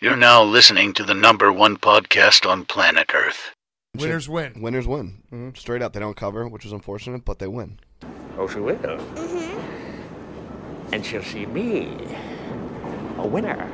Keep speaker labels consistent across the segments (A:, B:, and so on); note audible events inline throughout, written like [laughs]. A: You're now listening to the number one podcast on planet Earth.
B: Winners win.
C: Winners win. Straight up. They don't cover, which was unfortunate, but they win.
D: Oh, she will. And she'll see me, a winner.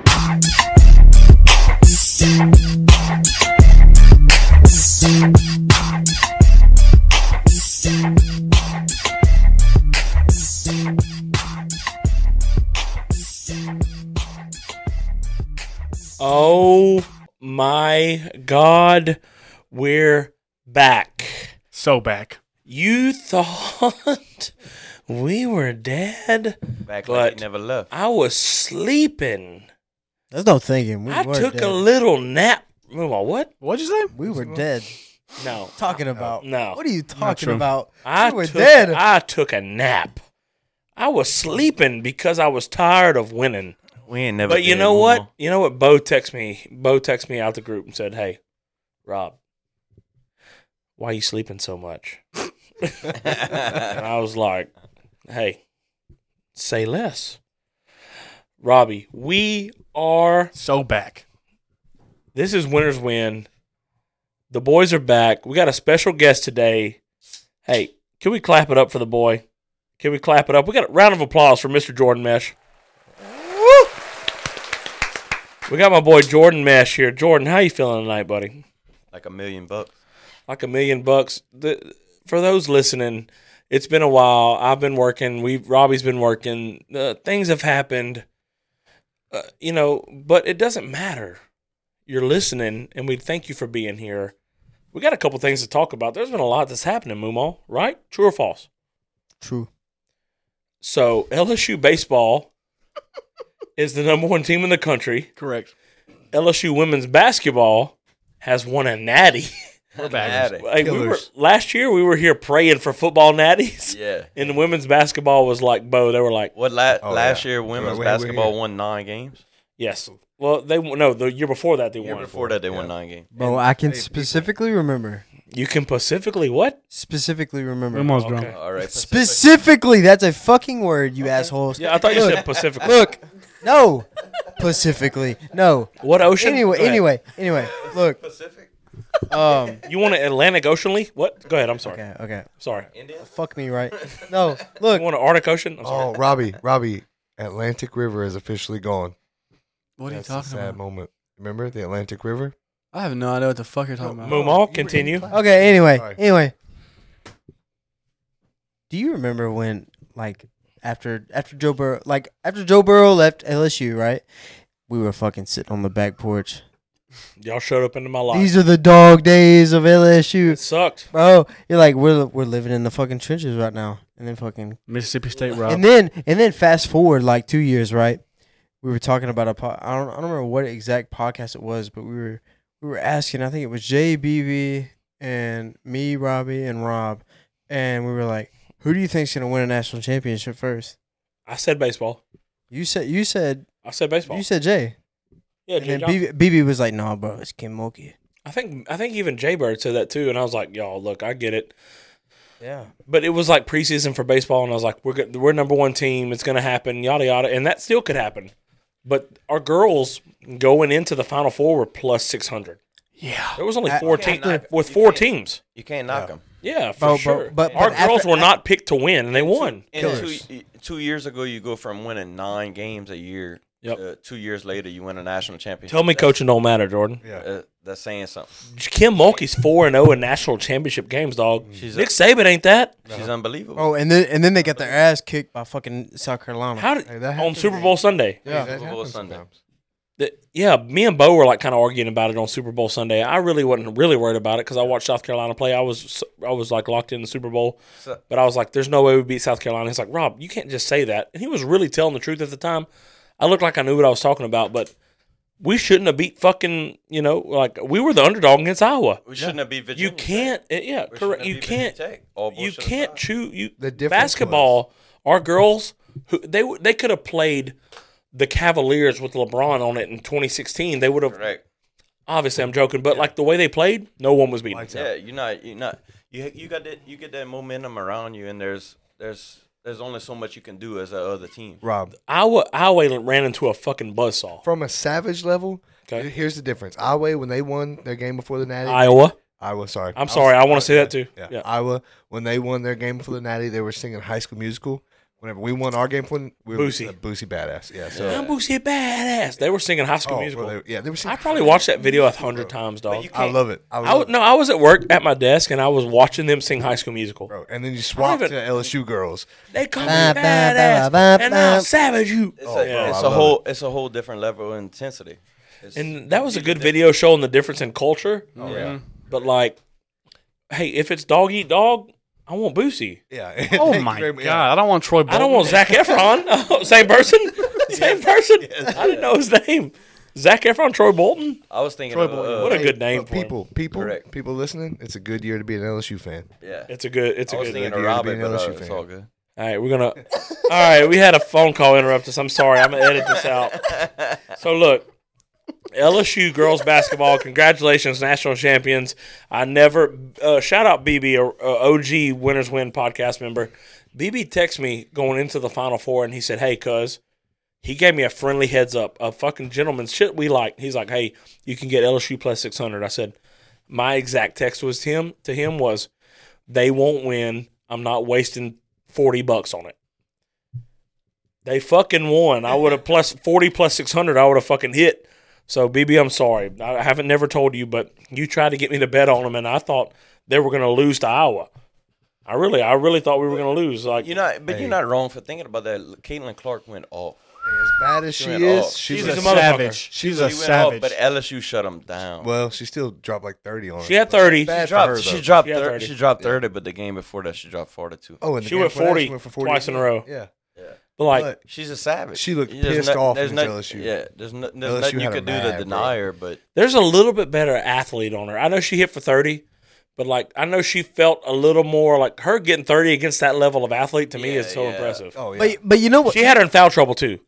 E: Oh my god, we're back.
B: So back.
E: You thought [laughs] we were dead?
F: Back
E: But-
F: like it never left.
E: I was sleeping.
G: There's no thinking. We
E: I
G: were
E: took
G: dead.
E: a little nap. Hold on, What?
B: What'd you say?
G: We were dead.
E: No.
G: Talking about
E: No.
G: What are you talking
B: true.
G: about?
E: I
G: we were
E: took,
G: dead.
E: I took a nap. I was sleeping because I was tired of winning.
F: We ain't never.
E: But you
F: did
E: know
F: no
E: what?
F: more.
E: You know what? Bo texted me. Bo texted me out the group and said, "Hey, Rob, why you sleeping so much?" [laughs] and I was like, "Hey, say less." Robbie, we are.
B: So back.
E: This is winners win. The boys are back. We got a special guest today. Hey, can we clap it up for the boy? Can we clap it up? We got a round of applause for Mr. Jordan Mesh. Woo! We got my boy Jordan Mesh here. Jordan, how you feeling tonight, buddy?
F: Like a million
E: [laughs]
F: bucks.
E: Like a million bucks. The, for those listening, it's been a while. I've been working. We Robbie's been working. Uh, things have happened. Uh, you know, but it doesn't matter. You're listening, and we thank you for being here. We got a couple things to talk about. There's been a lot that's happening, Mumo. Right? True or false?
G: True.
E: So LSU baseball is the number one team in the country.
B: Correct.
E: LSU women's basketball has won a natty.
F: We're
B: backers.
E: Like, we were,
B: Killers.
E: last year, we were here praying for football natties,
F: Yeah.
E: and the women's basketball was like, "Bo," they were like,
F: What la-
C: Oh,
F: last
C: yeah.
F: year women's
C: Wait, wait,
F: basketball
C: wait.
F: won nine games.
E: "Yes." Well, they won- no the year before that they
F: Year
E: won.
F: before that they won nine games. [laughs]
G: Bro, I can specifically remember.
E: You can specifically what?
G: Specifically remember.
B: Grandma's
E: Okay.
B: drunk.
F: All right. Pacific.
G: Specifically, that's a fucking word, you assholes.
E: Yeah, I thought you
G: Look.
E: said Pacific.
G: Look, no. Specifically, no.
E: what ocean?
G: Anyway,
E: Go ahead.
G: anyway, anyway. Look,
F: Pacific.
G: um.
E: you want an Atlantic Oceanly? What? Go ahead. I'm sorry.
G: Okay, okay.
E: Sorry.
F: India.
G: Fuck me, right? No.
E: You
G: Look,
E: want an Arctic Ocean?
H: [laughs]
E: I'm sorry.
I: Oh, Robbie, Robbie, Atlantic River is officially gone.
H: What are you
I: That's a
H: talking
I: sad
H: about?
I: moment. Remember the Atlantic River?
H: I have no idea what the fuck you're talking about.
E: Mumal, continue.
G: okay. Anyway,
I: Sorry.
G: anyway. Do you remember when, like, after after Joe Burrow, like after Joe Burrow left LSU, right? We were fucking sitting on the back porch.
E: Y'all showed up into my life.
G: These are the dog days of
E: it
G: LSU,
E: sucked.
G: bro. You're like, we're we're living in the fucking trenches right now, and then fucking
B: Mississippi State Rob.
G: And then and then fast forward like two years, right? We were talking about a po- I don't I don't remember what exact podcast it was, but we were we were asking. I think it was JBB and me, Robbie and Rob, and we were like, "Who do you think's gonna win a national championship first?
E: I said baseball.
G: You said you said
E: I said baseball.
G: you said Jay,
E: yeah,
G: and then
E: Jay Johnson.
G: BB, BB was like, "Nah, bro, it's Kim Mulkey."
E: I think I think even Jay Bird said that too, and I was like, y'all, look, I get it,
G: Yeah,
E: but it was like preseason for baseball, and I was like, we're good, we're number one team, it's gonna happen, yada yada, and that still could happen, but our girls going into the final four were plus six hundred.
B: yeah.
E: There was only
G: I-
E: four
F: Okay,
E: teams
F: not-
E: with
F: you
E: four
F: can't-
E: teams.
F: You can't knock them.
E: Yeah,
G: But-
E: for
G: but-
E: sure.
G: but-
E: our
G: but after-
E: girls were not picked to win, and they won.
F: And two,
G: Killers.
F: two years ago, you go from winning nine games a year.
E: Yep.
F: to two years later, you win a national championship.
E: Tell me, Mm-hmm.
F: That's-
E: coaching don't matter, Jordan.
F: Uh, that's saying something.
E: Kim Mulkey's four and zero in national championship games, dog.
F: She's
E: Nick Saban ain't that.
F: She's unbelievable.
G: Oh, and then and then they got their ass kicked by fucking South Carolina.
E: How did
I: Hey, that
E: on
I: happened.
E: Super Bowl Sunday?
I: Yeah,
F: Super Bowl Sunday.
E: Th- yeah, me and Bo were like kind of arguing about it on Super Bowl Sunday. I really wasn't really worried about it because I watched South Carolina play. I was I was like locked in the Super Bowl,
F: So-
E: but I was like, "There's no way we beat South Carolina." He's like, "Rob, you can't just say that." And he was really telling the truth at the time. I looked like I knew what I was talking about, but we shouldn't have beat fucking you know like we were the underdog against Iowa.
F: We shouldn't have beat Virginia.
E: You can't, eh, yeah,
F: We shouldn't
E: correct.
F: have
E: You
F: beat
E: can't,
F: Virginia Tech. All
E: you
F: bullshit
E: can't
F: aside.
E: choose. You
I: The difference
E: basketball. Our girls, who they would- they could have played the Cavaliers with LeBron on it in 2016. They would have
F: Correct.
E: obviously I'm joking, but like the way they played, no one was beating. them.
F: Yeah, you're not. You're not. You you got that. You get that momentum around you, and there's there's there's only so much you can do as a other team.
I: Rob,
E: Iowa Iowa ran into a fucking buzzsaw.
I: from a savage level
E: Okay.
I: Here's the difference. Iowa, when they won their game before the Natty,
E: Iowa.
I: Iowa, sorry.
E: I'm sorry, I wanna say that too.
I: Yeah.
E: Yeah.
I: Iowa, when they won their game for the Natty, they were singing High School Musical. Whenever we won our game for we were
E: Boosie.
I: uh, Boosie Badass. Yeah. So
E: I'm Boosie Badass. They were singing High School
I: Oh,
E: Musical.
I: well, they- yeah, they were
E: I
I: singing
E: probably
I: High
E: watched
I: School
E: that video a
I: Musical,
E: hundred
I: bro.
E: times, dog.
I: I love it. I
E: I
I: love
E: w-
I: it.
E: no, I was at work at my desk and I was watching them sing High School Musical.
I: Bro, and then you swap
E: even-
I: to LSU girls.
E: They call me
G: Ba, ba,
E: badass,
G: ba, ba,
E: and
G: ba.
E: I'll savage you.
F: It's,
I: Oh,
F: a,
E: yeah.
F: it's
I: I
F: a
I: love
F: whole it's a whole different level of intensity. It's-
E: And that was a good video showing the difference in culture.
F: Oh, yeah.
E: But like, hey, if it's dog eat dog, I want Boosie.
I: Yeah.
B: Oh
I: Thank you
B: my
I: very
B: god!
I: much.
B: I don't want Troy.
E: I don't want Zach
F: [laughs]
E: Efron. [laughs] Same person. Same person. I didn't know his name. Zach Efron, Troy Bolton.
F: I was thinking
B: Troy
F: of,
B: Bolton.
E: [laughs]
F: uh,
E: What a
I: Hey,
E: good name
I: look,
E: for him.
I: people, people,
F: Correct.
I: people listening. It's a good year to be an LSU fan.
F: yeah.
E: It's a good. It's
F: I
E: a
F: was
E: good.
F: thinking
I: idea
F: of
I: to be
F: Robin,
I: an
F: but uh,
I: LSU
F: it's
I: fan.
F: all good.
E: All right, we're gonna. All right, we had a phone call interrupt us. I'm sorry. I'm gonna edit this out. So look, LSU girls basketball. Congratulations, national champions. I never uh, shout out BB, a, a OG Winners Win podcast member. BB texted me going into the Final Four, and he said, "Hey, cuz." He gave me a friendly heads up, a fucking gentleman shit we like. He's like, "Hey, you can get LSU plus 600." I said, "My exact text was to him to him was, they won't win. I'm not wasting 40 bucks on it. They fucking won. I would have plus 40 plus 600. I would have fucking hit. So BB, I'm sorry. I haven't never told you, but you tried to get me to bet on them, and I thought they were going to lose to Iowa. I really, I really thought we were going to lose. Like,
F: You're not, but
I: Hey.
F: you're not wrong for thinking about that. Caitlin Clark went off.
I: As bad as she
F: Doing it all.
I: is, she's,
B: She's,
E: She's
B: a
E: a motherfucker.
B: savage. She's a
F: She went off,
B: savage.
F: but LSU shut them down.
I: well, she still dropped like thirty on.
E: she
I: it,
E: had
I: but-
E: 30.
I: Bad
F: she dropped,
I: for her,
F: she
I: though.
F: dropped,
E: She had
F: 30,
E: 30.
F: she dropped 30, but the game before that, she dropped 42.
I: Oh, and the
E: She
I: game
E: went
I: before that,
E: 40,
I: she went for
E: twice in a row.
I: Yeah.
E: But like,
I: But
F: She's a savage.
I: She looked
F: There's
I: pissed off
F: there's
I: against LSU.
F: Yeah, there's, no, there's
I: LSU
F: nothing you
I: had her
F: could do to
I: mad, bro.
F: deny her, but
E: there's a little bit better athlete on her. I know she hit for 30, but like, I know she felt a little more like her getting 30 against that level of athlete to me
F: Yeah,
E: is so
F: yeah.
E: impressive.
I: oh yeah.
G: But but you know what?
E: She had her in foul trouble too.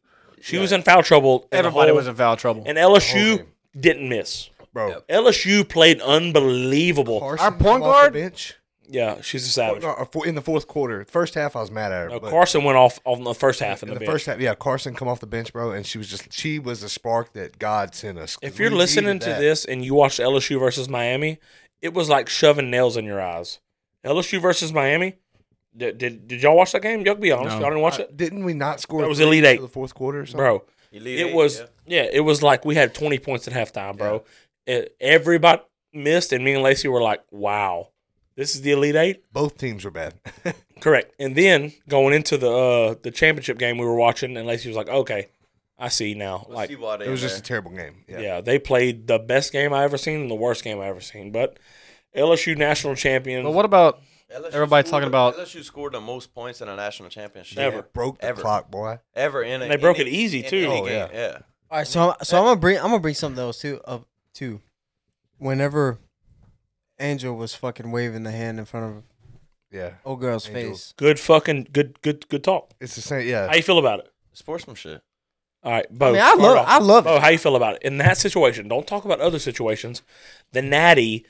E: She was in foul trouble. in the
B: Everybody
E: whole-
B: was in foul trouble.
E: and
I: whole
E: LSU
I: game.
E: didn't miss.
I: bro.
E: LSU played unbelievable.
I: Carson
B: Our
I: come
B: point
I: off the
B: guard?
I: bench.
E: Yeah, she's a
I: Oh,
E: savage.
I: no, uh, for- in the fourth quarter, first half I was mad at her.
E: No,
I: but
E: Carson went off on the first half in
I: in
E: the,
I: the
E: bench.
I: first half, yeah, Carson come off the bench, bro, and she was just she was the spark that God sent us. 'cause
E: If you're
I: we
E: listening
I: needed
E: to
I: that.
E: this and you watched LSU versus Miami, it was like shoving nails in your eyes. LSU versus Miami. Did, did, did y'all watch that game? Y'all be honest.
B: No.
E: Y'all didn't watch
I: Uh,
E: it,
I: didn't we not score?
E: That was
I: three
E: Elite
I: till
E: Eight.
I: the fourth quarter, or something?
E: bro.
F: Elite
E: it
F: Eight,
E: was
F: yeah.
E: yeah. it was like we had 20 points at halftime, bro. It- everybody missed, and me and Lacey were like, "Wow, this is the Elite Eight?
I: Both teams were bad. [laughs]
E: Correct. And then going into the uh the championship game we were watching, and Lacey was like, "Okay, I see now."
F: Let's
E: like,
F: see why they
I: it was
F: in
I: just a
F: there.
I: terrible game.
E: yeah.
I: Yeah.
E: they played the best game I ever seen and the worst game I ever seen. But LSU national champion.
B: But what about
F: LSU
B: Everybody
F: scored
B: talking
F: the-
B: about-
F: LSU scored the most points in a national championship
E: Ever.
I: broke the
F: Ever.
I: clock, boy.
F: ever in a,
E: They broke
F: in
E: it easy,
F: in
E: too.
F: any
I: Oh,
F: game,
I: yeah.
F: yeah.
G: All right, so I'm, so I'm gonna bring I'm gonna bring something else too. Up too, whenever Angel was fucking waving the hand in front of
I: Yeah,
G: old girl's
I: Angel.
G: face.
E: good fucking good good good talk.
I: it's the same. Yeah,
E: How you feel about it?
F: Sportsmanship.
E: All right, Bo.
G: I mean, I
E: start
G: love-
E: off.
G: I love it.
E: Bo, how you feel about it in that situation? Don't talk about other situations. The Natty,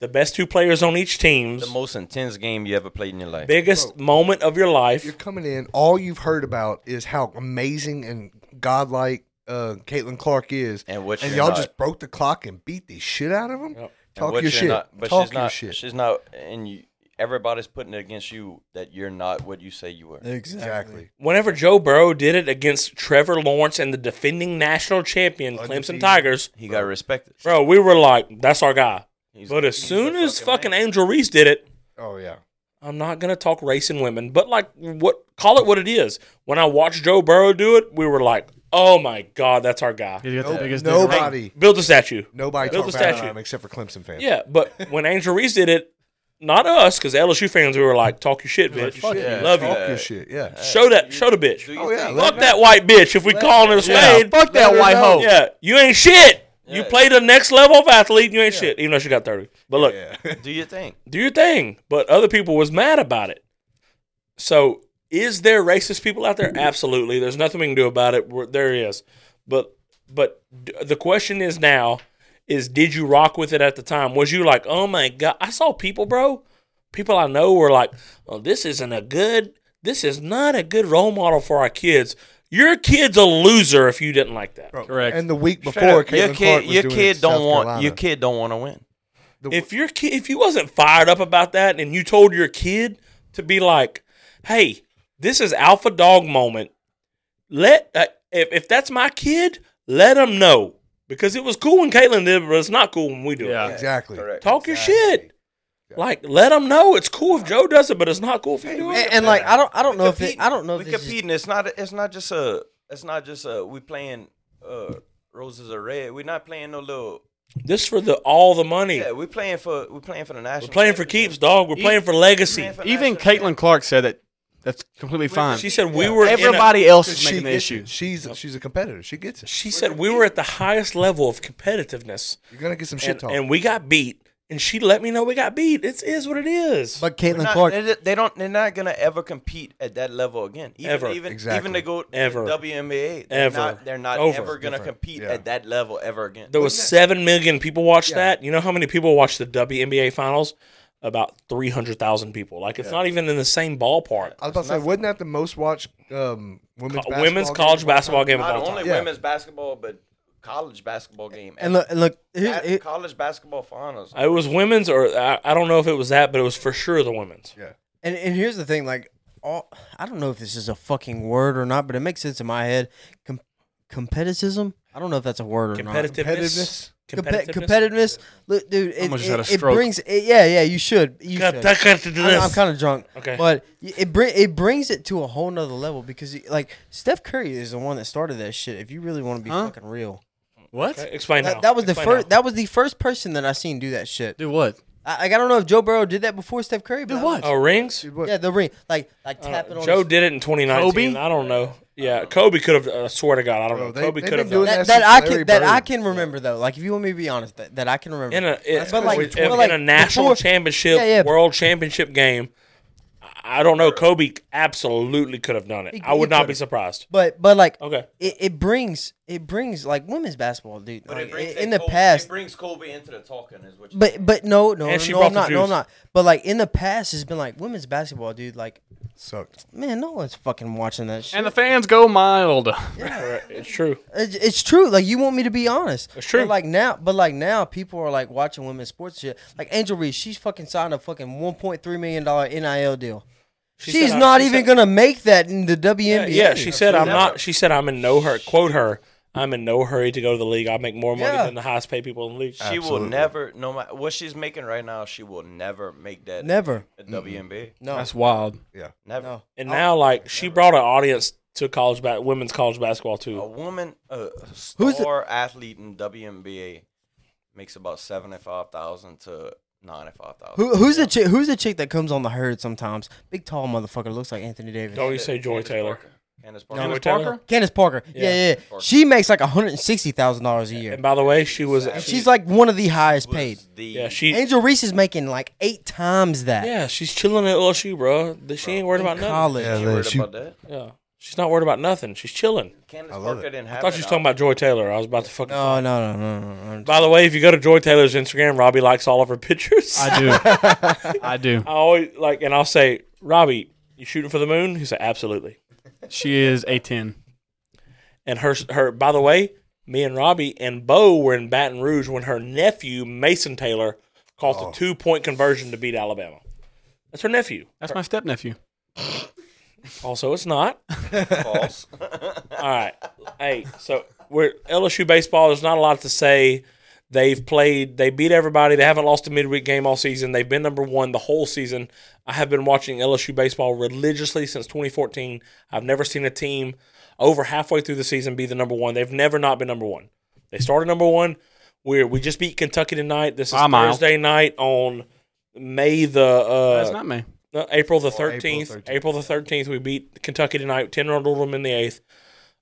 E: the best two players on each team's
F: The most intense game you ever played in your life.
E: biggest moment of your
I: you're
E: life.
I: coming in. All you've heard about is how amazing and godlike uh, Caitlin Clark is,
F: And what
I: and
F: you're
I: y'all
F: not.
I: just broke the clock and beat the shit out of them.
E: Yep.
F: And
I: Talk
F: what
I: your
F: you're
I: shit.
F: Not, but
I: Talk
F: she's
I: your
F: not,
I: shit.
F: She's not, and you, everybody's putting it against you that you're not what you say you were.
I: exactly.
E: Whenever Joe Burrow did it against Trevor Lawrence and the defending national champion Clemson
I: Undefeated.
E: Tigers,
F: He got respected.
E: bro, we were like, "That's our guy."
F: He's-
E: But as
F: he's
E: soon
F: the
E: as fucking
F: man.
E: Angel Reese did it,
I: Oh yeah.
E: I'm not gonna talk race and women, but like what call it what it is. When I watched Joe Burrow do it, we were like, "Oh my god, that's our guy."
B: he's got the
I: Nope.
B: biggest dick around.
I: nobody,
E: Build a statue.
I: nobody
E: Build
I: talked
E: a
I: about
E: statue.
I: him except for Clemson fans.
E: Yeah, but when Angel Reese did it, not us, because LSU fans, we were like, "Talk your shit, bitch.
I: Fuck you.
E: Love
I: Talk
E: you.
I: your shit. Yeah.
E: Show that, show the bitch.
F: Do you
I: Oh, yeah,
F: think-
I: let
E: Fuck that white bitch. If we call it a spade,
B: Fuck that white hoe.
E: Yeah, you ain't shit. You
F: Yeah.
E: play the next level of athlete, and you ain't shit. Even though she got thirty, but look,
F: Do you think?
E: do your thing. But other people was mad about it. So is there racist people out there? Absolutely. There's nothing we can do about it. We're, there is. But but d- the question is now is did you rock with it at the time? Was you like, oh my god? I saw people, bro. People I know were like, oh, this isn't a good. This is not a good role model for our kids. Your kid's a loser if you didn't like that.
I: Bro,
H: Correct.
I: And the week
F: Straight
I: before,
F: up, your
I: Caitlin
F: kid,
I: Clark was
F: your
I: doing it
F: kid
I: in
F: don't
I: South
F: want
I: Carolina.
F: your kid don't want to win.
I: The-
E: If your kid, if you wasn't fired up about that, and you told your kid to be like, "Hey, this is alpha dog moment. Let uh, if if that's my kid, let them know because it was cool when Caitlin did, it, but it's not cool when we do
H: Yeah.
E: it.
I: exactly.
F: Correct.
E: Talk your shit. Like, let them know it's cool if Joe does it, but it's not cool if you do it.
G: And, and like I don't I don't know if it,
F: Competing.
G: I don't know
F: we
G: if this is,
F: competing. It's not. It's not just a. It's not just a. We playing uh, roses are red. We're not playing no little.
E: This for the all the money.
F: Yeah, we're playing for. We're playing for the national.
E: We're playing for keeps, dog. We're playing for legacy.
H: Even Caitlin Clark said that. That's completely fine.
E: She said we were. in a-
H: Everybody else is
I: she
H: making the
I: gets
H: issue.
I: it. She's she's a competitor. She gets it.
E: she said we were at the highest level of competitiveness,
I: You're gonna get some shit
E: and,
I: talk.
E: and we got beat. And she let me know we got beat. It is what it is.
G: but Caitlin
F: Not,
G: Clark
F: they, they don't. They're not gonna ever compete at that level again. Even,
E: Ever.
F: Even,
I: Exactly.
F: Even they go to
E: Ever.
F: WNBA. They're
E: Ever.
F: Not, they're not
E: Over.
F: ever gonna
I: Different.
F: compete
I: Yeah.
F: at that level ever again.
E: there was seven million people watched that. You know how many people watched the WNBA finals? About three hundred thousand people. Like it's not even in the same ballpark.
I: I was about to say, wasn't that the most watched um, women's
E: Co-
I: basketball
E: women's
I: game
E: college
I: of all time?
E: basketball game of
F: not
E: all time.
F: only
I: Yeah.
F: women's basketball, but college basketball game.
G: and look and look here's,
F: At
G: here-
F: college basketball finals.
E: Uh, It was women's, or I, I don't know if it was that, but it was for sure the women's.
G: And and here's the thing, like all I don't know if this is a fucking word or not, but it makes sense in my head. Com- competitism. I don't know if that's a word or not.
E: Competitiveness.
G: Compe- competitiveness. Look, dude, it,
B: Almost just had a
G: it- it
B: stroke.
G: brings. It, yeah, yeah. You should. You should. I'm,
E: Competitiveness.
G: kind of drunk.
E: Okay.
G: But y- it bring it brings it to a whole nother level because y- like Steph Curry is the one that started that shit. If you really want to be
H: Huh?
G: fucking real,
H: What?
E: Okay, Uh, Explain now.
G: that, that was the
E: Explain
G: first.
E: now.
G: That was the first person that I seen do that shit.
H: Do what?
G: I, like, I don't know if Joe Burrow did that before Steph Curry. But
H: Do
G: I-
H: what?
E: Oh, rings.
I: Dude, what-
G: Yeah, the ring, like like
E: Uh,
G: tapping on.
E: Joe
G: his-
E: did it in 2019.
H: Kobe?
E: I don't know. Yeah, Kobe could have. I swear to God, I don't
I: Bro,
E: know.
I: they-
E: Kobe
I: they've
E: could have
I: been
E: done
I: doing
G: that,
E: that.
I: That's
G: that I
I: Larry
G: can that I
I: Bird.
G: can remember though. Like if you want me to be honest, that, that I can remember.
E: in a it,
G: But like-
E: with-
G: but
E: in
G: like
E: a national
G: before-
E: championship,
G: Yeah, yeah.
E: world championship game. I I don't know. Kobe absolutely could have done it.
G: He-
E: I would
G: he
E: not
G: could
E: be
G: have.
E: surprised.
G: but but like
E: Okay.
G: it, it brings it brings like women's basketball, dude.
F: But
G: like,
F: it brings
G: in-
F: that
G: in the
F: Kobe-
G: past,
F: it brings Kobe into the talking, is what. you
G: but but no no
E: And
G: no,
E: she
G: no
E: brought
G: I'm
E: the
G: not no I'm
E: juice.
G: not. But like in the past, it's been like women's basketball, dude. Like
I: sucked.
G: man, no one's fucking watching that shit.
H: And the fans go mild.
E: Correct. [laughs] It's true.
G: It's, it's true. Like you want me to be honest.
E: It's true.
G: But like now, but like now, people are like watching women's sports shit. Like Angel Reese, she's fucking signed a fucking one point three million dollar nil deal.
E: She
G: she's
E: said I-
G: not
E: she
G: even
E: said-
G: gonna make that in the
E: Yeah,
G: WNBA.
E: yeah, she said I'm
F: Never.
E: not. She said I'm in no hurry. Quote her. I'm in no hurry to go to the league. I make more money
G: Yeah.
E: than the highest paid people in the league.
F: She
I: Absolutely.
F: will never, no matter what she's making right now, she will never make that.
G: never.
F: At WNBA.
G: No.
H: That's wild.
F: Never.
G: No.
E: And now, like, she brought an audience to college ba- women's college basketball
F: A
G: Oh,
E: too.
F: woman, a
G: Who's the-
F: star athlete in WNBA makes about 75000 to 95000
G: Who, who's the chick? Who's the chick that comes on the herd sometimes? Big tall motherfucker looks like Anthony Davis.
E: Don't you say Joy
F: Candace
E: Taylor?
F: Parker. Candace Parker.
E: Joy
H: Candace
E: Taylor?
H: Parker?
G: Candace Parker. Yeah,
E: Yeah.
G: yeah. yeah. She makes like one hundred and sixty thousand dollars a year.
E: And by the way, she was.
F: Exactly.
E: She's
G: She's like one of the highest
F: was
G: paid.
F: The,
E: yeah, she.
G: Angel Reese is making like eight times that.
E: Yeah, she's chilling at LSU, bro. The- She ain't worried about nothing.
G: College.
I: Yeah,
F: you
I: man,
F: worried
I: she-
F: about that?
E: Yeah, she's not worried about nothing. She's chilling.
F: Candace
I: I love
F: Parker
I: it.
F: didn't have
E: I thought
F: it
E: she was
F: out.
E: talking about Joy Taylor. I was about to fucking.
G: No, no, no, no, no. no.
E: By the way, if you go to Joy Taylor's Instagram, Robbie likes all of her pictures. [laughs] I,
H: I do. I do.
E: always like, and I'll say, Robbie, you shooting for the moon? He said, absolutely.
H: She is a ten.
E: And her, her. By the way, me and Robbie and Bo were in Baton Rouge when her nephew Mason Taylor caught the two point conversion to beat Alabama. That's her nephew.
H: That's my stepnephew.
E: Also, it's not.
F: false.
E: All right. Hey, so we're LSU baseball. There's not a lot to say. They've played. They beat everybody. They haven't lost a midweek game all season. They've been number one the whole season. I have been watching LSU baseball religiously since 2014. I've never seen a team over halfway through the season be the number one. They've never not been number one. They started number one. We're we just beat Kentucky tonight. This is
H: By a mile.
E: Thursday night on May the uh,
H: That's not me.
E: no, April the
I: April
E: thirteenth. April,
I: 13th.
E: the thirteenth, we beat Kentucky tonight. Ten run ruled them in the eighth.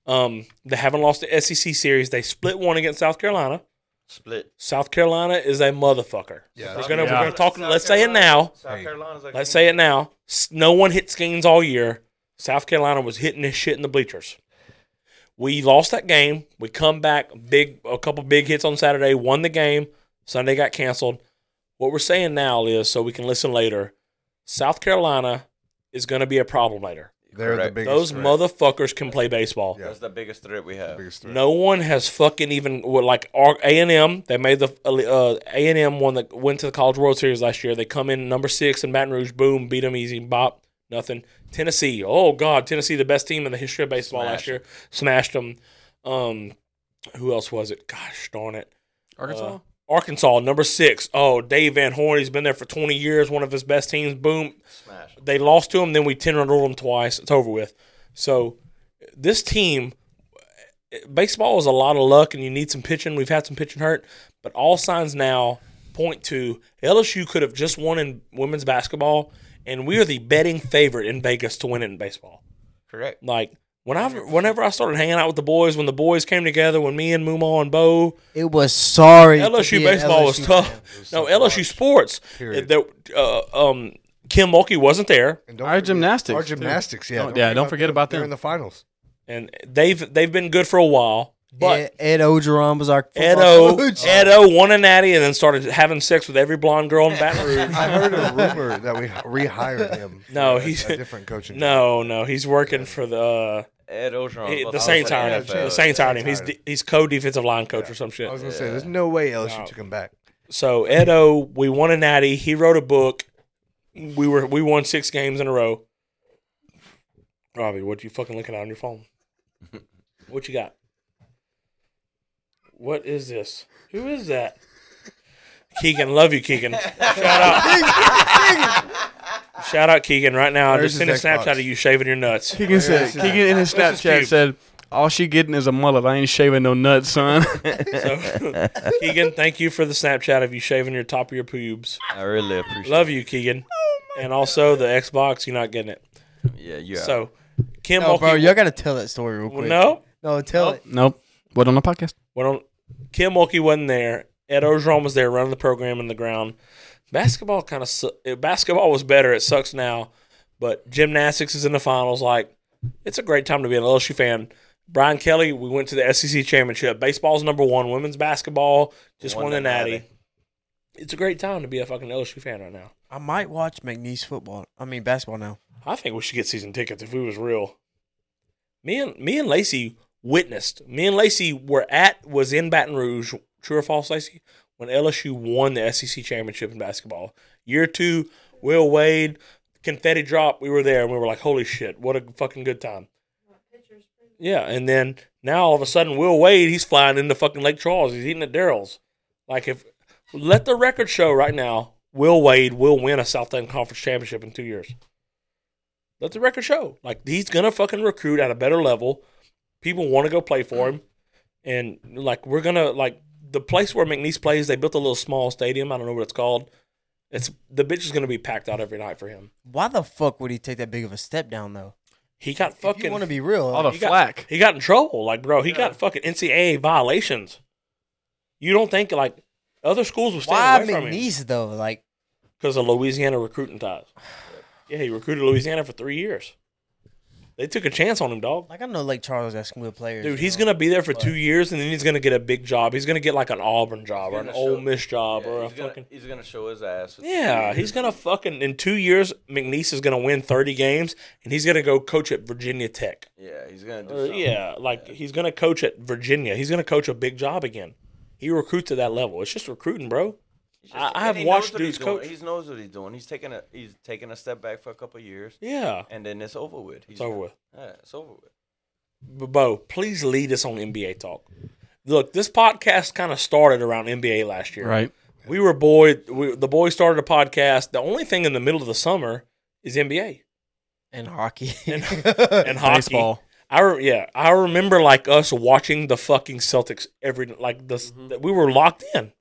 E: Um, they haven't lost the SEC series. They split one against South Carolina.
F: [laughs] Split.
E: South Carolina is a motherfucker.
I: Yeah,
E: we're
I: that's-
E: gonna
H: Yeah.
E: we're gonna talk.
F: South
E: let's say it now.
F: Carolina- South Carolina's like
E: Let's say it now. S- No one hit Skeens all year. South Carolina was hitting this shit in the bleachers. We lost that game. We come back big, a couple big hits on Saturday. Won the game. Sunday got canceled. What we're saying now is so we can listen later. South Carolina is going to be a problem later.
I: They're
F: Correct.
I: the biggest.
E: Those
I: threat.
E: motherfuckers can play baseball.
I: Yeah.
F: That's the biggest threat we have.
I: Biggest threat.
E: No one has fucking even well, like A and M. They made the uh, A and M one that went to the College World Series last year. They come in number six in Baton Rouge. Boom, beat them easy. Bop, nothing. Tennessee. Oh God, Tennessee, the best team in the history of baseball last
F: Smashed
E: year, smashed them. Um, who else was it? Gosh darn it.
H: Arkansas?
E: Uh, Arkansas, number six. Oh, Dave Van Horn. He's been there for 20 years. One of his best teams. Boom.
F: Smash.
E: They lost to him. Then we 10 ruled them twice. It's over with. So this team, baseball is a lot of luck, and you need some pitching. We've had some pitching hurt, but all signs now point to LSU could have just won in women's basketball, and we are the betting favorite in Vegas to win it in baseball.
F: Correct.
E: Like when I, whenever I started hanging out with the boys, when the boys came together, when me and Mumaw and Bo,
G: It was sorry. to
E: LSU
G: be an
E: baseball was
G: LSU
E: tough.
G: fan.
E: [laughs] no, LSU sports.
I: Period.
E: There, uh, um, Kim Mulkey wasn't there,
I: And don't
H: Our
I: forget-
H: gymnastics,
I: Our
H: too.
I: gymnastics. Yeah.
H: Don't- yeah, don't forget about
I: They're
H: them.
I: in the finals.
E: and they've they've been good for a whiwhile. But
G: Ed, E, Ed Ogeron was our football [laughs]
E: Edo [laughs]
G: coach.
E: Edo won a natty and then started having sex with every blonde girl in Baton Rouge.
I: [laughs] I heard a rumor that we rehired him.
E: [laughs]
I: for
E: No,
I: a-
E: he's-
I: a different coaching.
E: No, no, he's working for the uh,
F: Ed Ogeron.
E: he-
F: but
E: the
F: I
E: same
F: Oh, was
E: time,
F: like,
E: the
F: NFL.
E: same time. He's
I: Same
E: d- he's co defensive line coach or some
I: job.
E: shit.
I: I was gonna say, there's no way LSU
E: No.
I: took him back.
E: So Edo, we won a natty. He wrote a book. We were we won six games in a row. Robbie, what you fucking looking at on your
I: [laughs]
E: phone? What you got? What is this? Who is that? Keegan, love you, Keegan. Shout out. Shout out Keegan right now. I
I: Where's
E: just sent a
I: his Xbox?
E: Snapchat of you shaving your nuts.
H: Keegan said. Keegan in his
E: This is cute.
H: Snapchat said, "All she getting is a mullet. I ain't shaving no nuts, son." [laughs]
E: So, Keegan, thank you for the Snapchat of you shaving your top of your pubes.
F: I really appreciate.
E: Love you, Keegan. And also the Xbox, you're not getting it.
F: it. Yeah, you. are.
E: So, Kim
G: No,
E: Mulkey.
G: bro, y'all gotta tell that story real
E: well,
G: quick.
E: no,
G: no, tell
E: No.
G: it.
H: nope. What on the podcast?
E: we don't. Kim Mulkey wasn't there. Ed Ogeron was there running the program in the ground. Basketball kind of su- eh, basketball was better. It sucks now, but gymnastics is in the finals. Like, it's a great time to be an LSU fan. Brian Kelly, we went to the SEC championship. Baseball's number one. Women's basketball just won,
F: Won
E: the
F: the
E: natty.
F: natty.
E: It's a great time to be a fucking LSU fan right now.
G: I might watch McNeese football. I mean basketball now.
E: I think we should get season tickets if we was real. Me and me and Lacey witnessed. Me and Lacey were at was in Baton Rouge. True or false, Lacey? When LSU won the SEC championship in basketball, year two, Will Wade, confetti drop. We were there and we were like, "Holy shit! What a fucking good time!" Yeah, and then now all of a sudden, Will Wade he's flying into fucking Lake Charles. He's eating at Daryl's. Like if let the record show right now, Will Wade will win a South End Conference championship in two years. Let the record show. Like he's gonna fucking recruit at a better level. People want to go play for him, and like we're gonna like the place where McNeese plays. They built a little small stadium. I don't know what it's called. It's the bitch is gonna be packed out every night for him.
G: Why the fuck would he take that big of a step down though?
E: He got
G: if you
E: fucking.
G: want to be real,
H: All the
E: he got-
H: flack.
E: He got in trouble. Like bro, he got fucking NCAA violations. You don't think like other schools will
G: why
E: stand away from him
G: McNeese though? Like
E: because of Louisiana recruiting ties. Yeah, he recruited Louisiana for three years. They took a chance on him, dog.
G: like I know Lake Charles has some good players.
E: Dude,
G: you
E: he's
G: know?
E: gonna be there for two years, and then he's gonna get a big job. He's gonna get like an Auburn job or an
F: gonna
E: Ole
F: show-
E: Miss job
F: Yeah,
E: or a
F: he's gonna,
E: fucking.
F: He's gonna show his ass. with
E: Yeah, he's gonna fucking in two years. McNeese is gonna win thirty games, and he's gonna go coach at Virginia Tech.
F: Yeah, he's gonna do
E: Or,
F: something.
E: yeah, like he's gonna coach at Virginia. He's gonna coach a big job again. He recruits to that level. It's just recruiting, bro.
F: He's
E: I- I
F: and
E: have
F: he knows
E: watched
F: what he's
E: dudes
F: doing.
E: coach.
F: He knows what he's doing. He's taking a he's taking a step back for a couple of years,
E: Yeah,
F: and then it's over with. He's
E: it's over with.
F: Yeah, it's over with.
E: But Bo, please lead us on NBA talk. Look, this podcast kind of started around NBA last year,
H: Right.
E: We were boy. We, the boys started a podcast. The only thing in the middle of the summer is NBA
G: and hockey. [laughs]
E: and, and hockey.
H: Baseball.
E: I re- yeah, I remember like us watching the fucking Celtics every like this. We were locked in.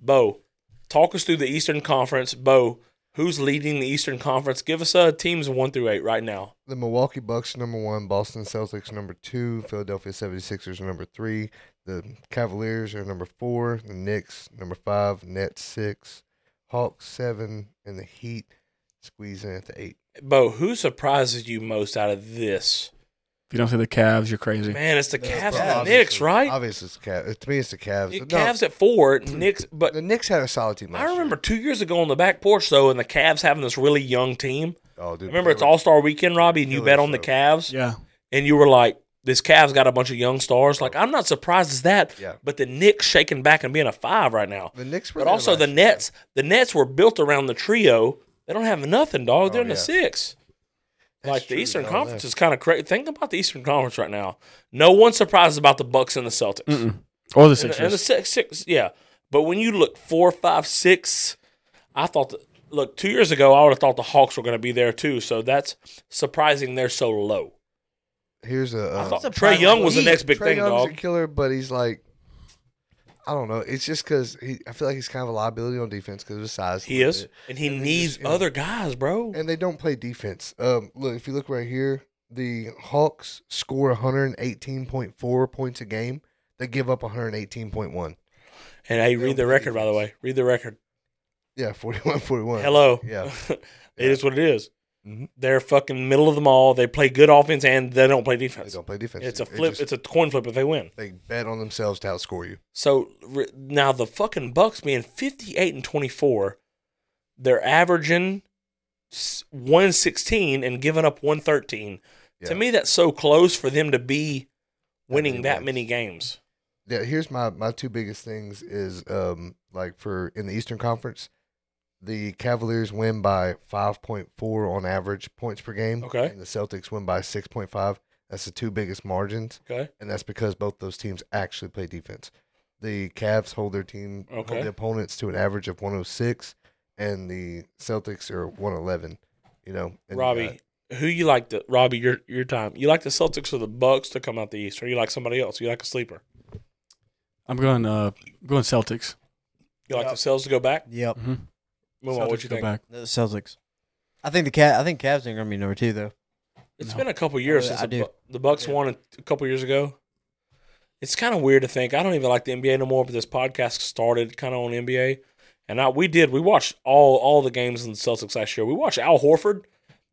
E: Bo, talk us through the Eastern Conference. Bo, who's leading the Eastern Conference? Give us uh, teams one through eight right now.
I: The Milwaukee Bucks number one, Boston Celtics number two, Philadelphia 76ers are number three, the Cavaliers are number four, the Knicks number five, Nets six, Hawks seven, and the Heat squeeze in at the eight.
E: Bo, who surprises you most out of this?
H: If you don't say the Cavs, you're crazy.
E: Man, it's the Cavs and the
I: Obviously-
E: Knicks, right?
I: Obviously, it's the Cavs. To me, it's the Cavs.
E: It-
I: No,
E: Cavs at four, Knicks, but
I: the Knicks had a solid team last
E: I remember
I: year.
E: two years ago on the back porch though, and the Cavs having this really young team.
I: Oh, dude.
E: Remember, it's
I: all.
E: All Star Weekend, Robbie, and you
I: Killer
E: bet on the
I: show.
E: Cavs,
B: Yeah.
E: and you were like, "This Cavs got a bunch of young stars." Like, I'm not surprised as that.
I: Oh. Yeah.
E: But the Knicks shaking back and being a five right now.
I: The Knicks were
E: But
I: there
E: also the
I: last year.
E: Nets. The Nets were built around the trio. They don't have nothing, dog. They're
I: Oh,
E: in the
I: yeah.
E: six. like the
I: true.
E: Eastern
I: They're all
E: Conference
I: there.
E: is kind of crazy. Think about the Eastern Conference right now. No one's surprised about the Bucks and the Celtics.
B: Or the
E: And the-
B: Sixers.
E: And, the six, six, yeah. But when you look four, five, six, I thought, that, look, two years ago, I would have thought the Hawks were going to be there too. So that's surprising they're so low.
I: Here's
E: I
I: a. Uh,
E: thought Trey Young was the
I: he-
E: next big
I: Trae
E: thing,
I: Young's
E: dog.
I: a killer, but he's like, I don't know. It's just because I feel like he's kind of a liability on defense because of his size. a
E: He
I: little
E: is.
I: bit.
E: And he
I: And they
E: needs
I: just, you know,
E: other guys, bro.
I: and they don't play defense. Um, look, if you look right here, the Hawks score 118.4 points a game. They give up 118.1.
E: And hey,
I: they
E: read
I: don't
E: the
I: play
E: record, by the
I: defense.
E: way. Read the record.
I: Yeah, 41 41.
E: Hello.
I: Yeah.
E: [laughs]
I: Mm-hmm.
E: it is what it is. They're fucking middle of the mall. They play good offense and they don't play
I: They
E: defense.
I: don't play defense.
E: It's a
I: They
E: flip.
I: just-
E: it's a coin flip if they win.
I: they bet on themselves to outscore you.
E: So re- now the fucking Bucks being 58 and 24, they're averaging s- 116 and giving up 113. To
I: Yeah.
E: me, that's so close for them to be winning
I: many
E: that
I: wins.
E: many games.
I: yeah, here's my my two biggest things is um like for in the Eastern Conference, the Cavaliers win by five point four on average points per game.
E: Okay.
I: And the Celtics win by six point five. That's the two biggest margins,
E: Okay.
I: and that's because both those teams actually play defense. The Cavs hold their team
E: Okay.
I: hold the opponents to an average of one hundred six, and the Celtics are one eleven. You know, and uh, you got-
E: Robbie, who you like the Robbie, your your time. You like the Celtics or the Bucks to come out the East, or you like somebody else? You like a sleeper?
B: I'm going uh going Celtics.
E: You like the Celtics to go back?
G: Yep.
B: Mm-hmm.
E: Move on, what you think?
B: Back.
G: The Celtics. I think the cat. I think Cavs are gonna be number two though.
E: It's
B: No.
E: been a couple years
G: I
E: since the,
G: do.
E: Bu- the Bucks won a, a couple years ago. It's kind of weird to think. I don't even like the NBA no more, but this podcast started kind of on NBA, and I we did we watched all all the games in the Celtics last year. We watched Al Horford.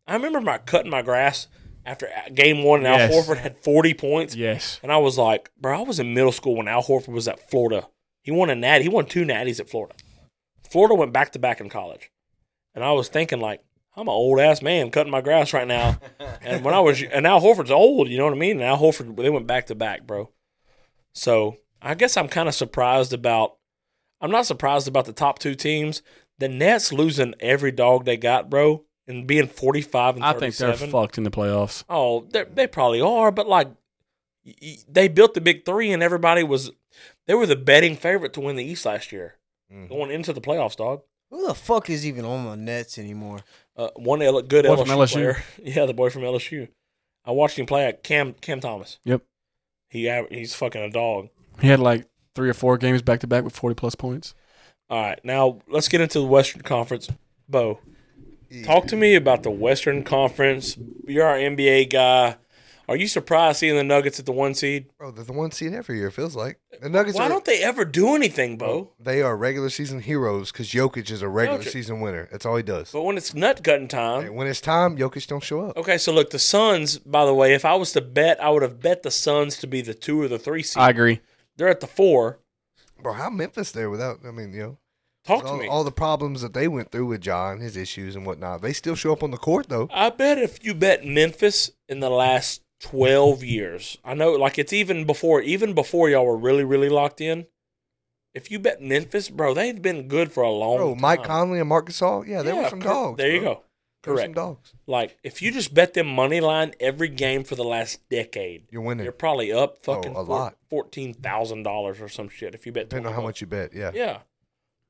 E: I remember my cutting my grass after a- game one, and
B: Yes.
E: Al Horford had forty points,
B: Yes.
E: and I was like, bro, I was in middle school when Al Horford was at Florida. He won a natty. He won two natties at Florida. Florida went back to back in college, and I was thinking like, I'm an old ass man cutting my grass right now. And when I was, and Al Horford's old, you know what I mean? And Al Horford, they went back to back, bro. So I guess I'm kind of surprised about, I'm not surprised about the top two teams. The Nets losing every dog they got, bro, and being 45 and
B: I think
E: 37.
B: they're fucked in the playoffs.
E: Oh, they're- they probably are, but like y- y- they built the big three, and everybody was, they were the betting favorite to win the East last year,
I: Mhm.
E: going into the playoffs, dog.
G: Who the fuck is even on the Nets anymore?
E: Uh, one L- good
B: Boy
E: LSU,
B: from LSU.
E: player, [laughs] yeah, the boy from LSU. I watched him play at Cam Cam Thomas.
B: Yep.
E: He av- he's fucking a dog.
B: He had like three or four games back to back with 40 plus points.
E: All right, now let's get into the Western Conference. Bo, talk to me about the Western Conference. You're our NBA guy. Are you surprised seeing the Nuggets at the one seed?
I: bro, they're the one seed every year. It feels like the Nuggets.
E: Why
I: are,
E: don't they ever do anything, Bo?
I: They are regular season heroes because Jokic is a regular
E: Oh. Jokic.
I: season winner. That's all he does.
E: But when it's nut gutting
I: And
E: time.
I: when it's time, Jokic don't show up.
E: Okay, so look, the Suns, by the way, if I was to bet, I would have bet the Suns to be the two or the three seed.
B: I agree.
E: They're at the four.
I: Bro, how Memphis there without? I mean, you know,
E: Talk to
I: all,
E: me.
I: all the problems that they went through with John, his issues and whatnot. They still show up on the court though.
E: I bet if you bet Memphis in the last 12 years, I know like it's even before even before y'all were really really locked in. If you bet Memphis, bro, they've been good for a long
I: Bro,
E: time.
I: Mike Conley and Marc Gasol, yeah, they were some
E: cor-
I: dogs.
E: There you
I: bro.
E: go.
I: They were
E: Correct.
I: some dogs.
E: Like if you just bet them money line every game for the last decade,
I: You're winning.
E: you're probably up
I: Oh,
E: fucking
I: a lot.
E: $14,000 or some shit if you bet
I: Depending on
E: 20
I: how
E: bucks.
I: much you bet, yeah.
E: Yeah.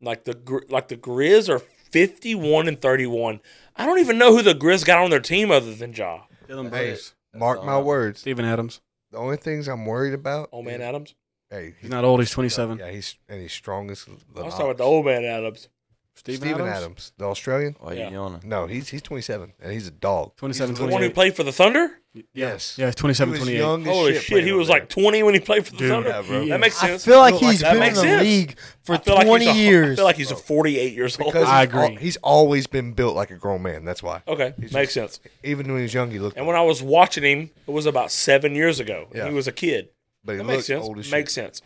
E: Like the Gri- like the Grizz are 51 and 31. I don't even know who the Grizz got on their team other than Ja.
B: Dylan
I: Brooks. Mark my words.
B: Steven Adams.
I: The only things I'm worried about.
E: Old man
I: is-
E: Adams.
I: hey,
B: He's not old. He's 27.
I: Yeah, he's and he's strongest.
E: I was talking about the old man Adams.
I: Stephen Adams? the Australian.
F: Why
E: Yeah.
F: you yawning?
I: No, he's he's 27 and he's a dog.
B: 27,
E: The one who
B: 28.
E: played for the Thunder?
I: Yes.
B: Yeah, he's 27,
I: He was
B: 28.
I: young as
E: Holy
I: shit
E: shit,
I: playing
E: he
I: over
E: was
I: there.
E: like 20 when he played for the
B: Dude,
E: Thunder.
I: yeah, bro.
E: That makes
G: I
E: sense.
G: feel like
I: Look, like,
G: he's
E: that
G: been in
E: makes
G: the
E: sense.
G: league for
E: I feel like he's
G: twenty
E: a- I
G: years.
E: feel like he's a 48 years old. [laughs]
I: Because
B: I
I: he's al-
B: agree.
I: he's always been built like a grown man. That's why.
E: okay,
I: He's
E: Oh, makes
I: just-
E: sense.
I: Even when he was young, he looked.
E: And when I was watching him, it was about seven years ago. and
I: Yeah.
E: He was a kid.
I: but he
E: That
I: looked
E: makes sense.
I: old as shit.
E: Makes sense.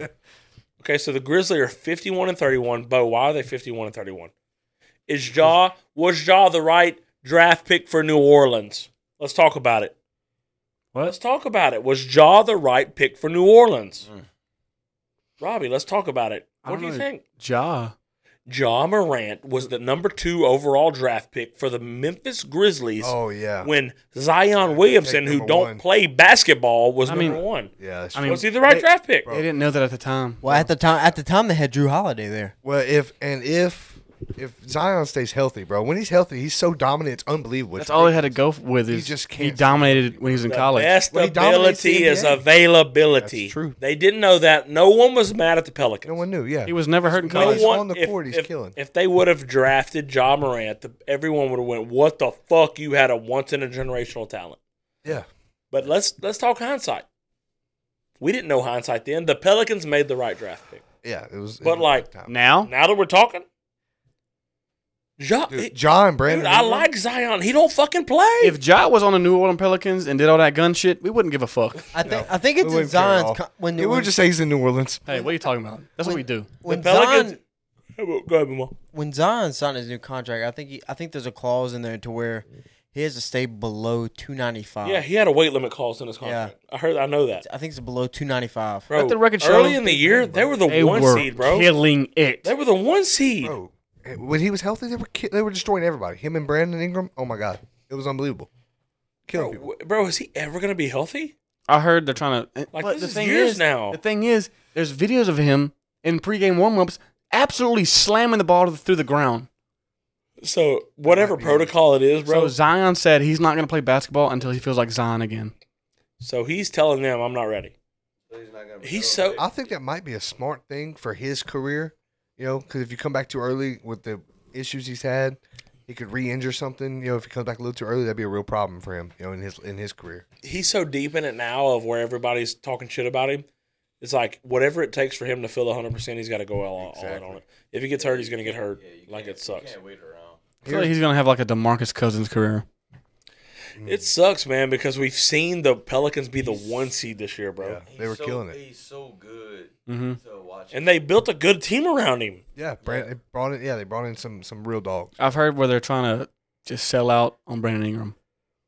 E: Okay, so the Grizzlies are 51 and 31. Bo, why are they 51 and 31? Is Jaw was Jaw the right draft pick for New Orleans. Let's talk about it. Let's talk about it. Was Jaw the right pick for New Orleans?
F: Mm.
E: Robbie, let's talk about it.
B: Hmm. I
E: What do
B: don't
E: you
B: know.
E: think?
B: Ja.
E: Jaw Morant was the number two overall draft pick for the Memphis Grizzlies
I: Oh yeah.
E: when Zion
I: take
E: Williamson, who
I: number
E: don't
I: one.
E: play basketball, was
B: I mean-
E: number one.
I: yeah. that's
B: I
I: true.
B: mean-
E: Was he the right
B: they-
E: draft pick?
B: They didn't know that at the time.
G: Well, at the time, at the time they had Drew Holiday there.
I: well, if and if if Zion stays healthy, bro, when he's healthy, he's so dominant, it's unbelievable.
B: That's
I: It's
B: all he had to go f- with
I: He
B: is he,
I: just can't-
B: dominated when he was in
E: The
B: college.
E: best
I: Well, he dominates the
E: ability is
I: NBA.
E: availability.
I: That's true.
E: They didn't know that. No one was mad at the Pelicans.
I: No one knew. Yeah.
B: He was never hurt in
E: No
B: college.
I: He's
E: one
I: on the
E: if-
I: court, he's
E: if-
I: killing.
E: If they would have drafted John Morant, the, everyone would have went, "What the fuck? You had a once in a generational talent."
I: yeah.
E: But let's let's talk hindsight. We didn't know hindsight then. The Pelicans made the right draft pick.
I: Yeah. It was. it
E: But
I: was
E: like-
I: time.
B: Now,
E: Now that we're talking, Ja, he-
I: Dude, John Brandon.
E: dude, I
I: Ingram?
E: like Zion. He don't fucking play.
B: if Ja was on the New Orleans Pelicans and did all that gun shit, we wouldn't give a fuck.
G: I think I think it's
I: We
G: in
I: wouldn't care at all.
G: Zion's con- when
I: Yeah, we
G: when,
I: would just say he's in New Orleans.
B: Hey, what are you talking about? That's what we do.
G: when
E: Pelicans-
G: Zion
E: Go ahead, Mamo.
G: when Zion signed his new contract. I think he, I think there's a clause in there to where he has to stay below 295.
E: Yeah, he had a weight limit clause in his contract. I heard. I know that.
G: I think it's below 295.
E: Bro,
B: Let the record show-
E: early in the year, they were the
B: They
E: one
B: were
E: seed, bro.
B: killing it.
E: They were the one seed.
I: Bro, when he was healthy, they were ki- they were destroying everybody. Him and Brandon Ingram. Oh my god, it was unbelievable. Killing
E: Bro,
I: people.
E: w- bro, is he ever gonna be healthy?
B: I heard they're trying to.
E: Like,
B: but
E: this is years now.
B: The thing is, there's videos of him in pregame warm-ups absolutely slamming the ball to the, through the ground.
E: So whatever protocol it is, bro.
B: So Zion said he's not going to play basketball until he feels like Zion again.
E: so he's telling them, "I'm not ready." He's so
I: I think that might be a smart thing for his career. You know, because if you come back too early with the issues he's had, he could re-injure something. You know, if he comes back a little too early, that'd be a real problem for him. You know, in his in his career.
E: he's so deep in it now of where everybody's talking shit about him. It's like whatever it takes for him to feel 100, percent he's got to go all, all out on it. If he gets hurt, he's gonna get hurt. like it sucks.
B: I feel like he's going to have like a Demarcus Cousins career.
E: It sucks, man, because we've seen the Pelicans be the one seed this year, bro.
I: Yeah, they were
F: so,
I: killing it.
F: He's so good
B: Mm-hmm.
F: to watch.
E: And they built a good team around him.
I: Yeah, Brand, They brought in. Yeah, they brought in some some real dog.
B: I've heard where they're trying to just sell out on Brandon Ingram,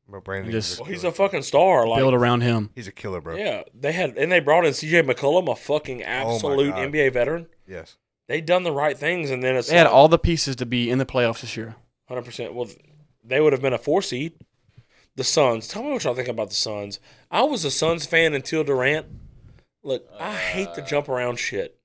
I: Bro, Brandon.
B: Just-
I: Ingram's
E: Well, he's
I: killer.
E: a fucking star. Like
B: build around him.
I: He's a killer, bro.
E: Yeah, they had, and they brought in C.J. McCollum, a fucking absolute
I: Oh God.
E: NBA veteran.
I: Yes.
E: They done the right things, and then it's
B: They had
E: like,
B: all the pieces to be in the playoffs this year.
E: hundred percent. Well, they would have been a four seed. The Suns. Tell me what y'all think about the Suns. I was a Suns fan until Durant. Look, I hate the jump around shit.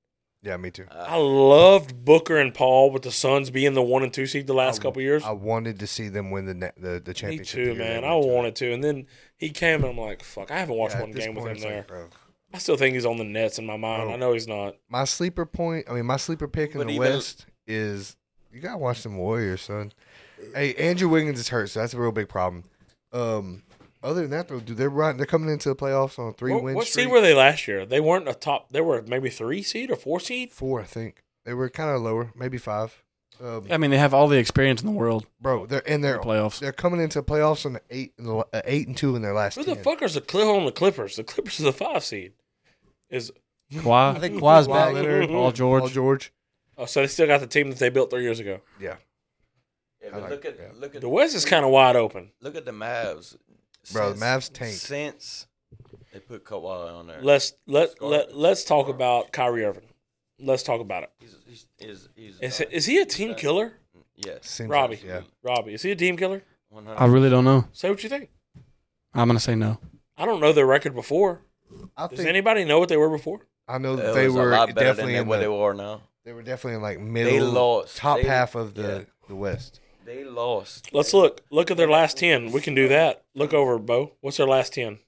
I: Yeah, me too.
E: I loved Booker and Paul with the Suns being the one and two seed the last
I: I-
E: couple years.
I: I wanted to see them win the na- the, the
E: Me
I: championship.
E: too,
I: the year they
E: man.
I: went
E: I
I: to it.
E: wanted to, and then he came, and I'm like, fuck. I haven't watched
I: Yeah, at
E: one
I: this
E: game with
I: point,
E: him
I: it's like,
E: there.
I: bro,
E: I still think he's on the Nets in my mind.
I: Bro.
E: I know he's not.
I: my sleeper point. I mean, my sleeper pick in
F: But
I: the
F: even- Uh,
I: West is you gotta watch them Warriors, son. Hey, Andrew Wiggins is hurt, so that's a real big problem. Um, other than that, though, dude, they're right. They're coming into the playoffs on a three
E: What,
I: win
E: what
I: streak.
E: seed were they last year? They weren't a top. They were maybe three seed or four seed.
I: Four, I think. They were kind of lower, maybe five. Um,
B: I mean, they have all the experience in the world.
I: bro, they're and they're
B: Playoffs.
I: They're coming into the playoffs on the eight, and the, la- uh, eight and two in their last.
E: Who the
I: 10.
E: fuck is the Clip on the Clippers? The Clippers is the five seed. Is
B: Kawhi,
G: I think Kawhi's
I: Kawhi
G: back.
I: Leonard,
B: Paul George.
I: Paul George.
E: oh, so they still got the team that they built three years ago.
I: Yeah,
F: Yeah,
I: I
F: but
I: like-
F: look at
I: yeah.
F: look at
E: The West is kind of wide open.
F: look at the Mavs.
I: Bro, the
F: Since-
I: Mavs tanked.
F: since they put Kawhi on there.
E: Let's let let
F: Garbage.
E: let's talk about Kyrie Irving. Let's talk about it.
F: He's, he's, he's, he's
E: Is
F: done.
E: is he a team killer,
F: Yes,
I: Seems like-
E: Robbie?
I: Yeah,
E: Robbie, is he a team killer?
F: 100.
B: I really don't know.
E: Say what you think.
B: I'm gonna say no.
E: I don't know their record before.
I: I
E: Does
I: think
E: anybody know what they were before?
I: I know
F: It
I: that they
F: was
I: were
F: a lot better
I: definitely
F: than
I: in
F: what
I: the-
F: they were now.
I: They were definitely in like middle,
F: lost.
I: top
F: They-
I: half of the,
F: yeah.
I: the West.
F: They lost.
E: Let's look. Look at their last ten. We can do that. Look over, Bo. What's their last ten?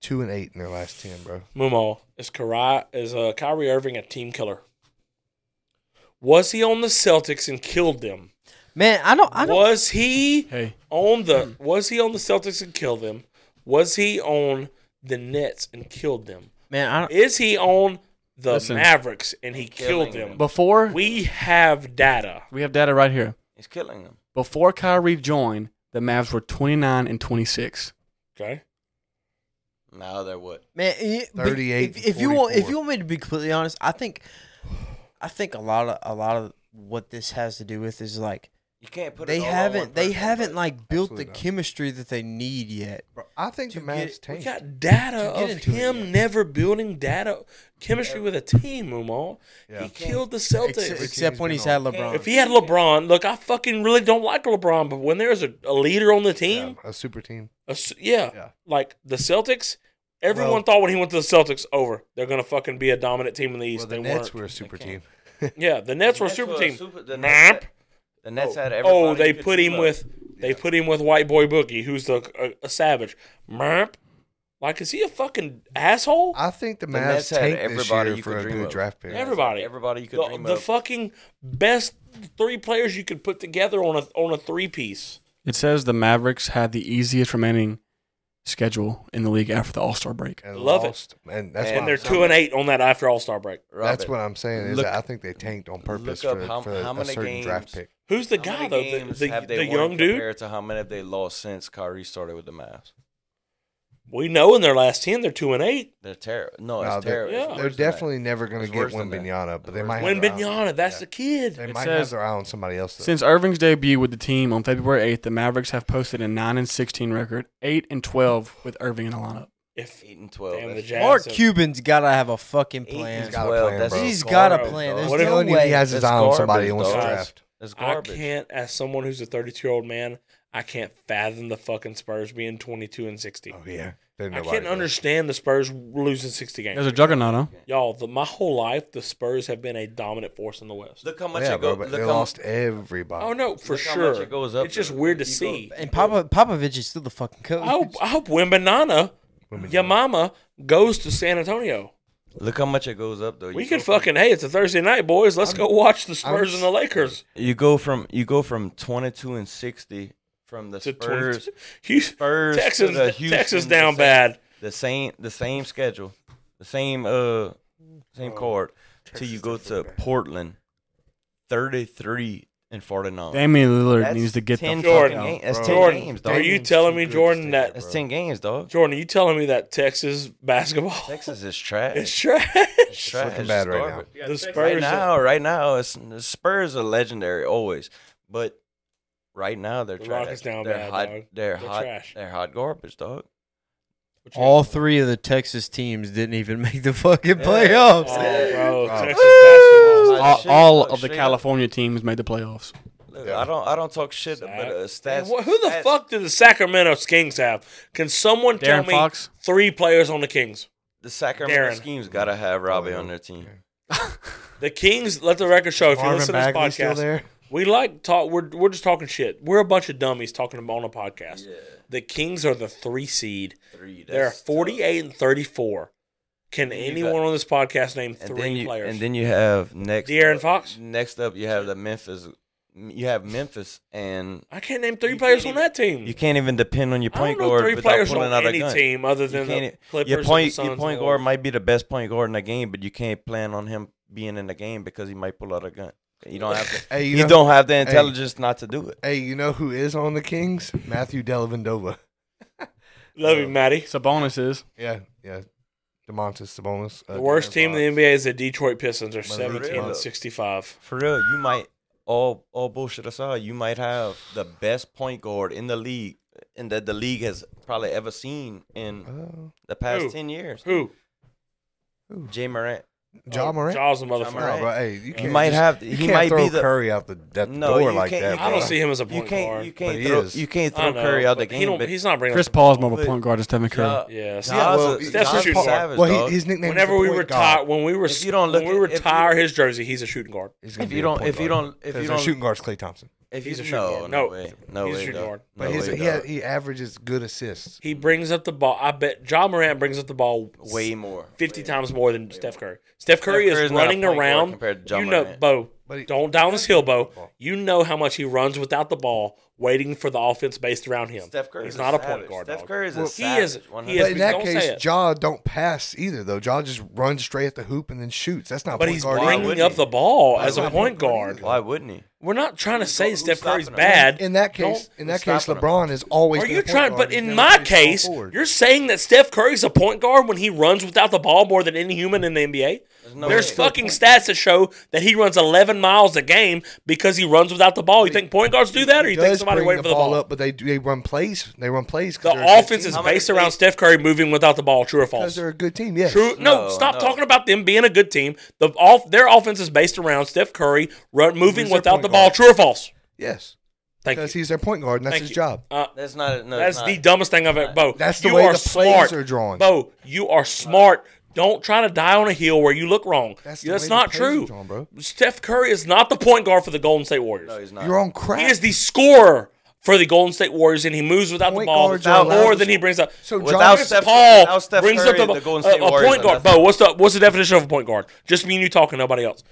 I: Two and eight in their last ten, bro.
E: Mumal, is Kari is uh, Kyrie Irving a team killer? Was he on the Celtics and killed them?
G: Man, I don't. Oh, I don't.
E: Was he
B: Hey,
E: on the Was he on the Celtics and killed them? Was he on the Nets and killed them?
G: Man, I don't.
E: Is he on the
B: Listen.
E: Mavericks and he killed
F: Killing
E: them?
B: before we,
E: We have data.
B: have data right here.
F: He's killing them.
B: Before Kyrie joined, the Mavs were 29 and 26.
E: Okay.
F: Now they're what?
G: Man, y- be-
I: 38,
G: If, if you want, if
I: 44.
G: you want me to be completely honest, I think, I think a lot of a lot of what this has to do with is like
F: You can't put
G: They
F: it all on one
G: haven't. They
F: person,
G: haven't
F: but-
G: like built the
I: Absolutely not.
G: chemistry that they need yet.
I: Bro, I think
G: To
I: the Mavs
G: get-
E: We
I: tank.
E: got data
G: To get
E: of
G: into it,
E: him
G: yeah.
E: never building data chemistry with a team, Umar. He killed the Celtics.
G: Except, except when
I: been
G: he's had
I: on.
G: LeBron.
E: if he had LeBron, look, I fucking really don't like LeBron, but when there's a, a leader on the team,
I: Yeah, a super team.
E: A s- yeah.
I: Yeah.
E: Like the Celtics, everyone
I: Well-
E: thought when he went to the Celtics, over. They're going to fucking be a dominant team in the East.
I: Well,
E: they
I: the
E: weren't.
I: Nets were a super team.
E: [laughs] Yeah, the Nets were a
F: Nets
E: super
F: were a
E: team.
F: super- the
E: Nap.
F: Nets had- the Nets had everybody.
E: Oh, they
F: you could
E: put him
F: love.
E: with they put him with White Boy Boogie, who's the, a, a savage. Merp. Like, is he a fucking asshole?
I: I think the
F: The Nets
I: Mavs
F: had
I: tank this
F: everybody
I: year
F: you
I: for
F: could
I: a
F: dream
I: good
F: of.
I: draft pick.
E: Every- Everybody.
F: everybody you could
E: The,
F: dream
E: the
F: of.
E: fucking best three players you could put together on a on a three piece.
B: It says the Mavericks had the easiest remaining schedule in the league after the All Star break.
I: And
E: Love it.
I: lost. And that's
F: And
I: why
E: And
I: I'm
E: they're
I: saying-
E: two and eight on that after All Star break.
I: That's
F: Robert,
I: what I'm saying. Is
F: look-
I: that I think they tanked on purpose
F: look
I: for,
F: up how-
I: for
F: how
I: a
F: many
I: certain draft
F: games-
I: pick.
E: Who's the
F: How
E: guy
F: many
E: though? The,
F: games
E: the,
F: have they
E: the
F: won
E: young dude.
F: Compared to how many have they lost since Kyrie started with the Mavs?
E: We know in their last ten, they're two and eight.
F: They're terrible. No,
I: No,
F: it's
I: they're-
F: terrible.
E: yeah.
F: It's worse
I: They're
F: than that.
I: definitely never going
F: It's
I: to get
F: worse
I: Win
F: than that.
I: Bignana, but they
F: It's
I: might
E: Win
I: have their eye on-
E: Bignana, that's
I: yeah.
E: the kid.
I: They
B: It
I: might
B: says-
I: have their eye on somebody else. Though.
B: Since Irving's debut with the team on February 8th, the Mavericks have posted a 9 and 16 record, 8 and 12 with Irving in the lineup.
E: If
F: Eight and twelve.
E: Damn,
F: That's-
E: the Jazz
G: Mark
E: Jackson.
G: Cuban's gotta have a fucking
F: Eight and
G: plan.
I: got a
F: twelve.
I: plan,
F: That's
I: bro.
G: He's
F: garbage,
G: got a plan.
F: dog.
G: There's
E: What if-
G: no
I: Telling you
G: way.
I: he has his
F: That's
I: eye on somebody he
F: garbage,
I: wants to
E: dog.
I: draft.
F: That's
E: I
F: garbage.
E: can't, as someone who's a 32 year old man, I can't fathom the fucking Spurs being 22 and 60.
I: Oh yeah, There's
E: I
I: nobody
E: can't
I: there.
E: understand the Spurs losing 60
B: There's
E: games.
B: a juggernaut, huh?
E: Y'all, the, my whole life, the Spurs have been a dominant force in the West.
F: Look how much
I: Yeah,
F: it go.
I: bro, but
F: look
I: they
F: how,
I: lost everybody.
E: Oh, no, for
F: look how
E: sure.
F: much it goes up
E: it's just
F: to.
E: weird to
F: You go-
E: see.
G: And Papa Popovich is still the fucking coach.
E: I hope, I hope Wimbanana,
I: Wimbanama.
E: your mama, goes to San Antonio.
F: Look how much it goes up though.
E: We
F: You
E: could
F: go from-
E: fucking, hey, it's a Thursday night, boys. Let's go watch the Spurs and the Lakers.
F: You go from you go from twenty two and sixty from the
E: to
F: Spurs.
E: 22. Houston,
F: Spurs to
E: Texans,
F: the Houston,
E: Texas
F: the
E: down
F: same-
E: bad.
F: The same the same schedule, the same uh same
I: Oh,
F: card. Till you go to Portland, thirty three and forty nine.
B: Damian Lillard
F: That's
B: needs to get the
F: ten
B: fuck
F: fucking
E: Jordan.
F: games. That's
I: Bro.
F: ten
E: Jordan,
F: games, dog.
E: are you telling me,
I: Good
E: Jordan,
I: to stay,
E: that
F: That's
I: bro.
F: ten games, dog.
E: Jordan, are you telling me that Texas basketball [laughs]
F: Texas is trash.
E: is trash?
F: It's
I: It's looking bad right now.
F: garbage.
E: the Spurs
F: Right
E: are-
F: now, right now, it's, the Spurs are legendary always, but right now they're
E: The
F: trash.
E: Rockets down
F: they're
E: bad,
F: hot.
E: dog.
F: They're,
E: They're
F: hot.
E: trash.
F: They're hot garbage, dog.
G: [laughs] All three of the Texas teams didn't even make the fucking
F: Yeah.
G: playoffs.
E: Oh, bro,
I: Oh.
E: Texas basketball.
B: All,
F: Shit,
B: all
F: dog,
B: of the
F: straight up.
B: California teams made the playoffs.
F: Look,
I: Yeah.
F: I don't. I don't talk shit
E: Sack.
F: about uh, stats.
E: Man, wh- who the
F: stats-
E: fuck do the Sacramento Kings have? Can someone tell
B: Darren
E: me
B: Fox?
E: three players on the Kings?
F: The Sacramento
E: Darren.
F: schemes gotta have Robbie on their team.
E: The Kings, let the record show. If you
I: Marvin
E: listen to this
I: Bagley's still
E: podcast,
I: there.
E: we like talk. We're we're just talking shit. We're a bunch of dummies talking about on a podcast. The Kings are the three seed.
F: Three.
E: They're
F: that's tough.
E: 48 and 34. Can
F: Then you
E: anyone
F: got-
E: on this podcast name
F: And
E: three
F: then you,
E: players?
F: And then you have next.
E: De'Aaron
F: up-
E: Fox?
F: Next up, you have the Memphis. You have Memphis, and
E: I can't name three
F: you
E: players
F: can't
E: on
F: even-
E: that team.
F: you can't even depend on your
E: Hmm. I don't
F: point
E: know
F: guard
E: three
F: without
E: players on
F: pulling out
E: any
F: a gun.
E: team other
F: You
E: than the
F: can't-
E: Clippers.
F: your
E: and the
F: point,
E: Suns
F: your
E: and
F: point
E: the
F: guard
E: Warriors.
F: might be the best point guard in the game, but you can't plan on him being in the game because he might pull out a gun. You don't have the,
I: Hey,
F: you,
I: [laughs] you, know,
F: don't have the intelligence not to do it.
I: hey, you know who is on the Kings? Matthew Dellavedova.
E: Love you, Matty.
B: Sabonis is.
I: Yeah, yeah. Demontis Sabonis. uh,
E: The worst
I: De'Aaron
E: team in
I: Fox.
E: the NBA is the Detroit Pistons. They're 17
F: really?
E: and 65.
F: For real, you might all all bullshit aside, you might have the best point guard in the league and that the league has probably ever seen in
I: Oh,
F: the past
E: Who?
F: ten years.
E: Who?
F: Jay Morant.
I: Uh, Ja Morant.
E: Jaws a Oh, motherfucker.
I: No,
F: Morant.
I: bro, hey, you, can't
F: might
I: just-
F: have-
I: You
F: he
I: can't
F: might be
I: throw
F: the-
I: Curry out the, at the
F: No, you
I: door like
F: can't-
I: that.
F: you
E: I
I: bro.
E: don't see him as a
F: You
E: point
F: can't you
E: guard.
I: But
F: can't
I: he
F: throw
I: is.
F: you can't
E: I
F: throw
E: know,
F: Curry out the
E: but he
F: game.
E: don't-
F: But
E: He's not bringing
B: Chris
E: up-
B: Paul's more of a
F: But-
B: point guard than Stephen Curry.
F: Ja-
E: Yeah, it's
F: Ja
E: not-
F: was
I: well,
F: a-
E: Steph
F: Ja
E: was
F: was
E: shooting guard.
F: savage,
I: Well,
F: dog.
I: he, his nickname.
E: Whenever
I: is the
E: we
I: point
E: retire,
I: guard.
E: when we were
F: If you don't look
E: when we
F: at- if you-
E: retire his jersey, he's a shooting guard.
I: He's gonna
F: if
I: be
F: you
I: a
F: don't-
I: point
F: if you
I: guard.
F: don't- if
I: 'Cause
F: you
I: their
F: don't-
I: shooting guard's Clay Thompson.
F: If
E: He's
F: he's
E: a
F: you,
E: shooting
F: no,
E: guard.
F: no
E: No,
F: way, no
E: he's a
F: way,
E: shooting
F: dog.
E: guard.
F: No
I: But his,
F: way,
I: he,
F: dog.
I: had, he averages good assists.
E: He brings up the ball. I bet John Morant brings up the ball
F: way more.
E: 50 times more than Steph Curry. Steph Curry
F: Curry's
E: is
F: not a
E: running
F: point guard
E: around.
F: compared to Ja
E: you know,
F: Morant.
E: Bo,
I: But he-
E: don't down his hill, Bo. You know how much he runs without the ball, waiting for the offense based around him.
F: Steph Curry
E: He's
F: is
E: not a point
F: savage.
E: guard.
F: Steph
E: dog.
F: Curry is a
E: Well, he is-
F: savage.
E: he
I: But
E: is-
I: in
E: Yes,
I: that
E: don't say
I: case,
E: it.
I: Jaw don't pass either though. Jaw just runs straight at the hoop and then shoots. That's not.
E: But
I: point
E: he's
I: guard
F: Why
E: bringing
F: wouldn't
E: up
F: he?
E: the ball as
I: would
E: a
I: he?
E: point guard.
F: Why wouldn't he?
E: We're not trying to say
F: Who's
E: Steph Curry's
F: stopping him?
E: bad.
I: in that
E: Don't-
I: case, in that
F: stop
I: case,
F: him.
I: LeBron has always.
E: Are
I: been
E: you
I: a point
E: trying?
I: guard.
E: But
I: He's
E: in
I: never
E: my
I: played small
E: case,
I: forward.
E: you're saying that Steph Curry's a point guard when he runs without the ball more than any human in the NBA.
F: There's There's no.
E: There's
F: way.
E: fucking stats that show that he runs 11 miles a game because he runs without the ball. You think point guards do that, or you think
I: does
E: somebody
I: bring
E: waiting for the ball?
I: up, but they do- they run plays. They run plays. 'cause
E: The
I: they're a good
E: offense
I: team.
E: is
F: How many
E: based around
F: plays-
E: Steph Curry moving without the ball. True or
I: because
E: false?
I: they're a good team. Yes.
E: True. No,
F: No,
E: stop
F: no.
E: talking about them being a good team. The off their offense is based around Steph Curry run, moving
I: He's their
E: without
I: point
E: the ball.
I: guard.
E: True or false?
I: Yes,
E: Thank you.
I: because he's their point guard, and that's
E: Thank
I: his
E: you.
I: job.
E: Uh,
F: That's not. No,
E: that's
F: it's not.
E: the dumbest thing I've ever. Bo,
I: That's the
E: you
I: way
E: are
I: the plays
E: smart.
I: are drawn.
E: Bo, you are smart. Don't try to die on a hill where you look wrong. That's,
I: That's the way the
E: not
I: plays
E: true.
I: are drawn, bro.
E: Steph Curry is not the point guard for the Golden State Warriors.
F: No, he's not.
I: You're on crack.
E: He is the scorer for the Golden State Warriors, and he moves without
I: Point
E: the ball
I: guards are allowed
E: more
I: to
E: than he brings up.
I: so
F: Without
I: John,
E: Chris
F: Steph-
E: Paul
F: without Steph
E: brings
F: Curry,
E: up the, ball.
F: the Golden State
E: a, a
F: Warriors
E: point
F: are
E: guard.
F: nothing.
E: Bo, what's the what's the definition of a point guard? Just me and you talking, nobody else.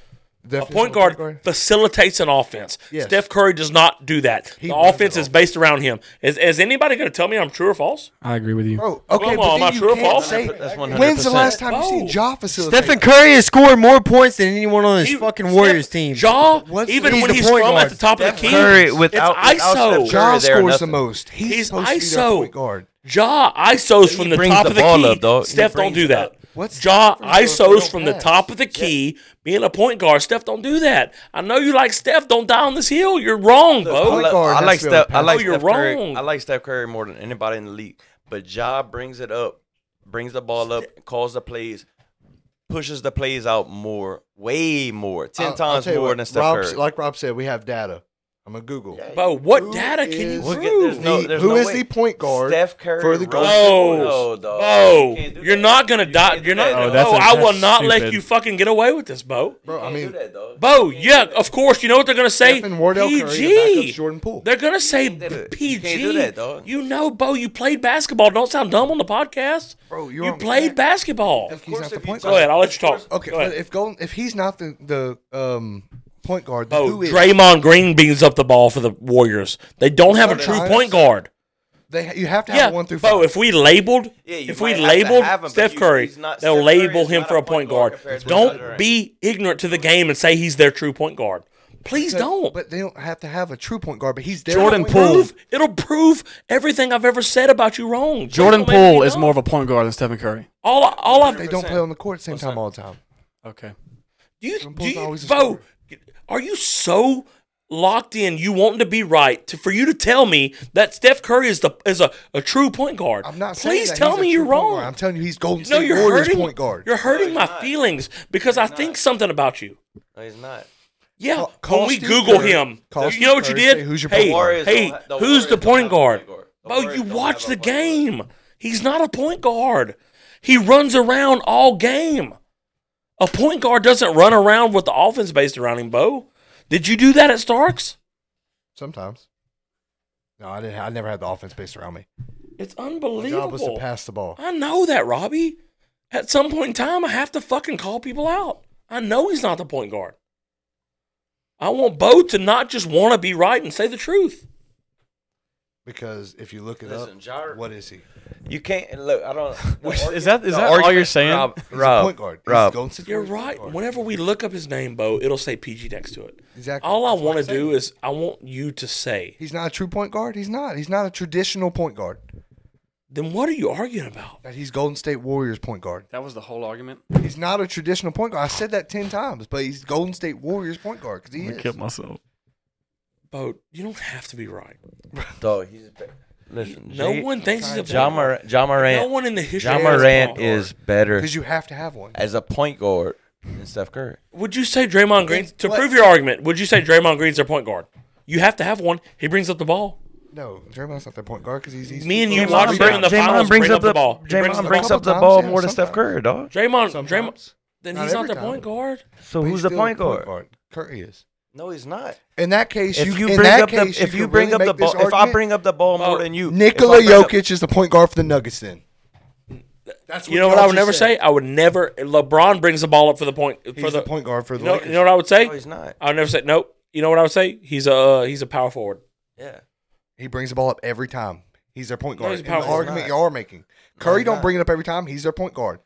E: A point guard facilitates an offense.
I: Yes.
E: Steph Curry does not do that. the
I: runs
E: offense
I: it
E: is based around him. Is, is anybody going to tell me I'm true or false?
B: I agree with you.
I: Bro, okay,
E: Come
I: but
E: on,
I: then
E: am I
I: you
E: true or
I: can't
E: false?
I: say-
F: That's
I: When's the
F: 100%.
I: last time you seen
E: Oh.
I: Ja facilitate?
G: Stephen Curry has scored more points than anyone on this
E: He-
G: fucking
E: Steph-
G: Warriors team.
E: Jaw,
I: What's-
E: even
I: he's
E: when
I: the
E: he's
I: point
E: from at
I: guard.
E: the top of the
F: Steph
E: key,
F: Curry without-
E: it's ISO.
F: without Steph Curry.
I: Ja
F: Curry there,
I: scores the
F: nothing.
I: most. He's,
E: He's
I: supposed to be
E: ISO.
I: their point guard.
E: Ja ISOs from the
F: brings
E: top
F: the
E: of the
F: ball
E: key.
F: up, dog. He
E: Steph don't
F: brings
E: do
F: it
E: that.
F: up.
I: What's
E: Ja
I: the difference though if
E: ISOs
I: they
E: from
I: don't
E: the
I: pass?
E: top of the key, being a point guard. Steph don't do that. I know you like Steph. Don't die on this hill. You're wrong,
F: I,
E: bro.
I: point
F: like-
I: guard
F: I
I: has
F: like
I: to be able
F: Steph.
I: to
F: I like
E: pass. No,
F: Steph
E: you're
F: Curry.
E: wrong.
F: I like Steph Curry more than anybody in the league. But Ja brings it up, brings the ball up, calls the plays, pushes the plays out more, way more, 10
I: I'll- I'll
F: times
I: tell you
F: more
I: what,
F: than Steph
I: Rob,
F: Curry.
I: Like Rob said, we have data. I'm gonna Google.
E: Bo, what
I: Who
E: data can you
I: is- Look
F: at-
E: prove?
F: there's no-
I: The- who
F: no
I: is
F: way.
I: the point guard
F: Steph Curry
I: for the
F: runs
I: Golden
F: the
E: No,
F: ball. No, dog.
E: Bo,
F: You can't do
E: you're
F: that.
E: not gonna
F: You
E: die.
F: can't do
E: You're not.
F: that,
E: Oh,
B: Oh,
F: dog.
B: that's-
E: Bo, I will
B: that's
E: not let
B: stupid.
E: you fucking get away with this, Bo.
I: Bro, I
F: You can't
I: mean,
F: do that, dog.
E: Bo, yeah, of course. You know what they're gonna say?
I: Stephen Wardell Curry, and backup's Jordan Poole.
E: They're gonna say
F: do it.
E: PG.
F: You can't do that, dog.
E: You know, Bo, you played basketball. Don't sound dumb on the podcast.
I: Bro, you're
E: you
I: on
E: played basketball.
I: He's not the
F: if you
I: point
F: talk-
E: Go ahead, I'll let you talk.
I: Okay,
E: Go ahead.
I: but if Golden, if he's not the the um point guard, then
E: Bo,
I: who is?
E: Draymond Green beans up the ball for the Warriors. They don't have a true
I: Sometimes.
E: point guard.
I: They you have to
E: Yeah,
I: have one through five.
E: Bo, if we labeled,
F: Yeah, you
E: if we
F: might have to
E: labeled
F: have him, but
E: Steph
F: you-
E: Curry,
F: he's not-
E: they'll
F: Steph Curry
E: label
F: is
E: him
F: not
E: for
F: a
E: a point
F: point guard
E: guard.
F: compared to
E: Don't
F: Durant.
E: be ignorant to the game and say he's their true point guard. Please don't.
I: but they don't have to have a true point guard. But he's there.
B: Jordan
I: point
B: Poole.
I: guard.
E: Prove- it'll prove everything I've ever said about you wrong. Please
B: Jordan
E: don't make me
B: Poole is
E: wrong.
B: more of a point guard than Stephen Curry.
E: all. All I've
I: They don't play on the court at the same time all the time.
B: Okay.
E: Do you,
I: Jordan
E: do
I: Poole's
E: you-
I: always a
E: Bo,
I: scorer.
E: are you so locked in? You wanting to be right to, for you to tell me that Steph Curry is the is a, a true point guard?
I: I'm not. saying
E: Please
I: that
E: tell
I: he's a
E: me
I: true
E: you're
I: point
E: wrong.
I: guard. I'm telling you, he's Golden
E: no,
I: State
E: you're
I: Warriors
E: hurting
I: point guard.
E: You're hurting
F: he's
E: my
F: not.
E: feelings because I
F: not.
E: think something about you.
F: No, he's not.
E: Yeah,
I: Call- call
E: when we
I: Steve
E: Google
I: Kerr.
E: him,
I: Call
E: you
I: Steve
E: know what you
I: Kerr,
E: did?
I: say who's your
E: hey,
I: point guard.
E: hey,
F: Warriors don't have- the
E: who's the point
F: Warriors don't have
E: guard?
F: a point guard. The
E: Bo,
F: Warriors
E: you
F: don't
E: watch
F: have
E: the
F: a point guard.
E: game. He's not a point guard. He runs around all game. A point guard doesn't run around with the offense based around him, Bo. Did you do that at Starks?
I: Sometimes. No, I didn't. I never had the offense based around me.
E: It's
I: My job was to
E: unbelievable.
I: pass the ball.
E: I know that, Robbie. At some point in time, I have to fucking call people out. I know he's not the point guard. I want Bo to not just want to be right and say the truth.
I: Because if you look it
F: Listen,
I: up,
F: Jar-
I: what is he?
F: You can't look. I don't. the argument-
B: Is that is
F: the
B: that all
F: argument-
B: you're saying?
F: Rob,
I: He's
F: Rob,
I: a point guard. He's
F: Rob,
I: Golden State
E: You're
I: Warriors point
E: right.
I: guard.
E: Whenever we look up his name, Bo, it'll say PG next to it.
I: Exactly.
E: All I
I: That's what
E: want
I: I'm
E: to
I: saying.
E: do is I want you to say,
I: He's not a true point guard. He's not. He's not a traditional point guard.
E: then what are you arguing about?
I: That he's Golden State Warriors point guard.
B: That was the whole argument.
I: He's not a traditional point guard. I said that ten times, but he's Golden State Warriors point guard because he
B: I
I: is.
B: killed myself.
E: Bo, you don't have to be right.
F: Dog, he's be- listen.
E: No
F: Jay-
E: one thinks he's a
F: Ja,
E: point guard.
F: Mor- Ja Morant.
E: No one in the history
F: Ja
E: of
F: Morant
E: basketball.
F: is better
I: Because you have to have one.
F: as a point guard than Steph Curry.
E: Would you say Draymond Green,
I: Then
E: to
I: what-
E: prove your argument, would you say Draymond Green's their point guard? You have to have one. He brings up the ball.
I: No, Draymond's not their point guard because he's, he's.
E: Me and you
I: he's
E: watch
I: Golden
E: him
I: State.
E: in the finals brings up the ball. He brings up
F: Draymond
E: the
F: brings
I: ball.
F: up the
I: Sometimes,
F: ball
I: yeah,
F: more than Steph
I: sometimes.
F: Curry,
E: Draymond,
F: dog.
E: Draymond
I: Sometimes.
E: then
I: Not
E: he's not
I: every
E: the
I: time.
E: point guard.
F: So
I: But
F: who's
I: he's
F: the
I: still
F: point
I: a
F: guard?
I: Curry is.
F: No, he's not.
I: In that case,
F: If you
I: in
F: bring
I: that
F: up the
I: case,
F: if you
I: could
F: bring
I: really
F: up the
I: make this
F: ball, if I
I: argument.
F: bring up the ball more
E: Bo,
F: than you,
I: Nikola
F: if I bring up-
I: Jokic is the point guard for the Nuggets. Then that's
E: You know what
I: y'all
E: I would
I: just
E: never say?
I: said.
E: I would never. LeBron brings the ball up for the point.
I: He's
E: for
I: the, point guard for the
E: You know,
I: Lakers.
E: you know what I would say?
F: No, he's not.
E: I would never say nope. You know what I would say? He's a uh, he's a power forward.
F: Yeah.
I: he brings the ball up every time. He's their point
E: No,
I: guard.
E: he's
I: In
E: powerful.
I: the argument
F: He's
I: y'all are making, Curry
F: he's
I: don't
F: not.
I: bring it up every time. He's their point guard.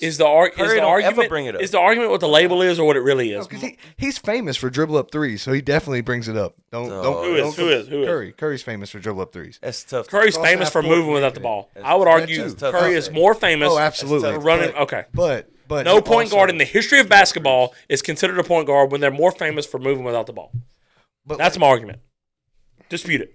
E: Is the, ar- is
F: Curry
E: the
F: don't ever
E: argument
F: bring it up.
E: is the argument what the label is or what it really
I: No,
E: is?
I: 'cause he, he's famous for dribble up threes, so he definitely brings it up. Don't
F: No.
I: don't
F: Who
E: is?
I: don't-
E: Who is? Who is?
I: Curry. Curry's famous for dribble up threes.
F: That's tough.
E: Curry's
I: Cross
E: famous
I: half
E: for
I: court
E: moving
I: and
E: without the
I: everything.
E: ball.
F: That's-
E: I would
F: that
E: argue
F: too. That's tough
E: Curry
F: to
E: is
F: say.
E: more famous.
I: Oh, absolutely.
E: for running-
I: But-
E: okay.
I: but
C: But
E: no
C: you
E: point
C: also-
E: guard in the history of basketball is considered a point guard when they're more famous for moving without the ball.
C: But
E: That's
C: like,
E: my argument. Dispute it.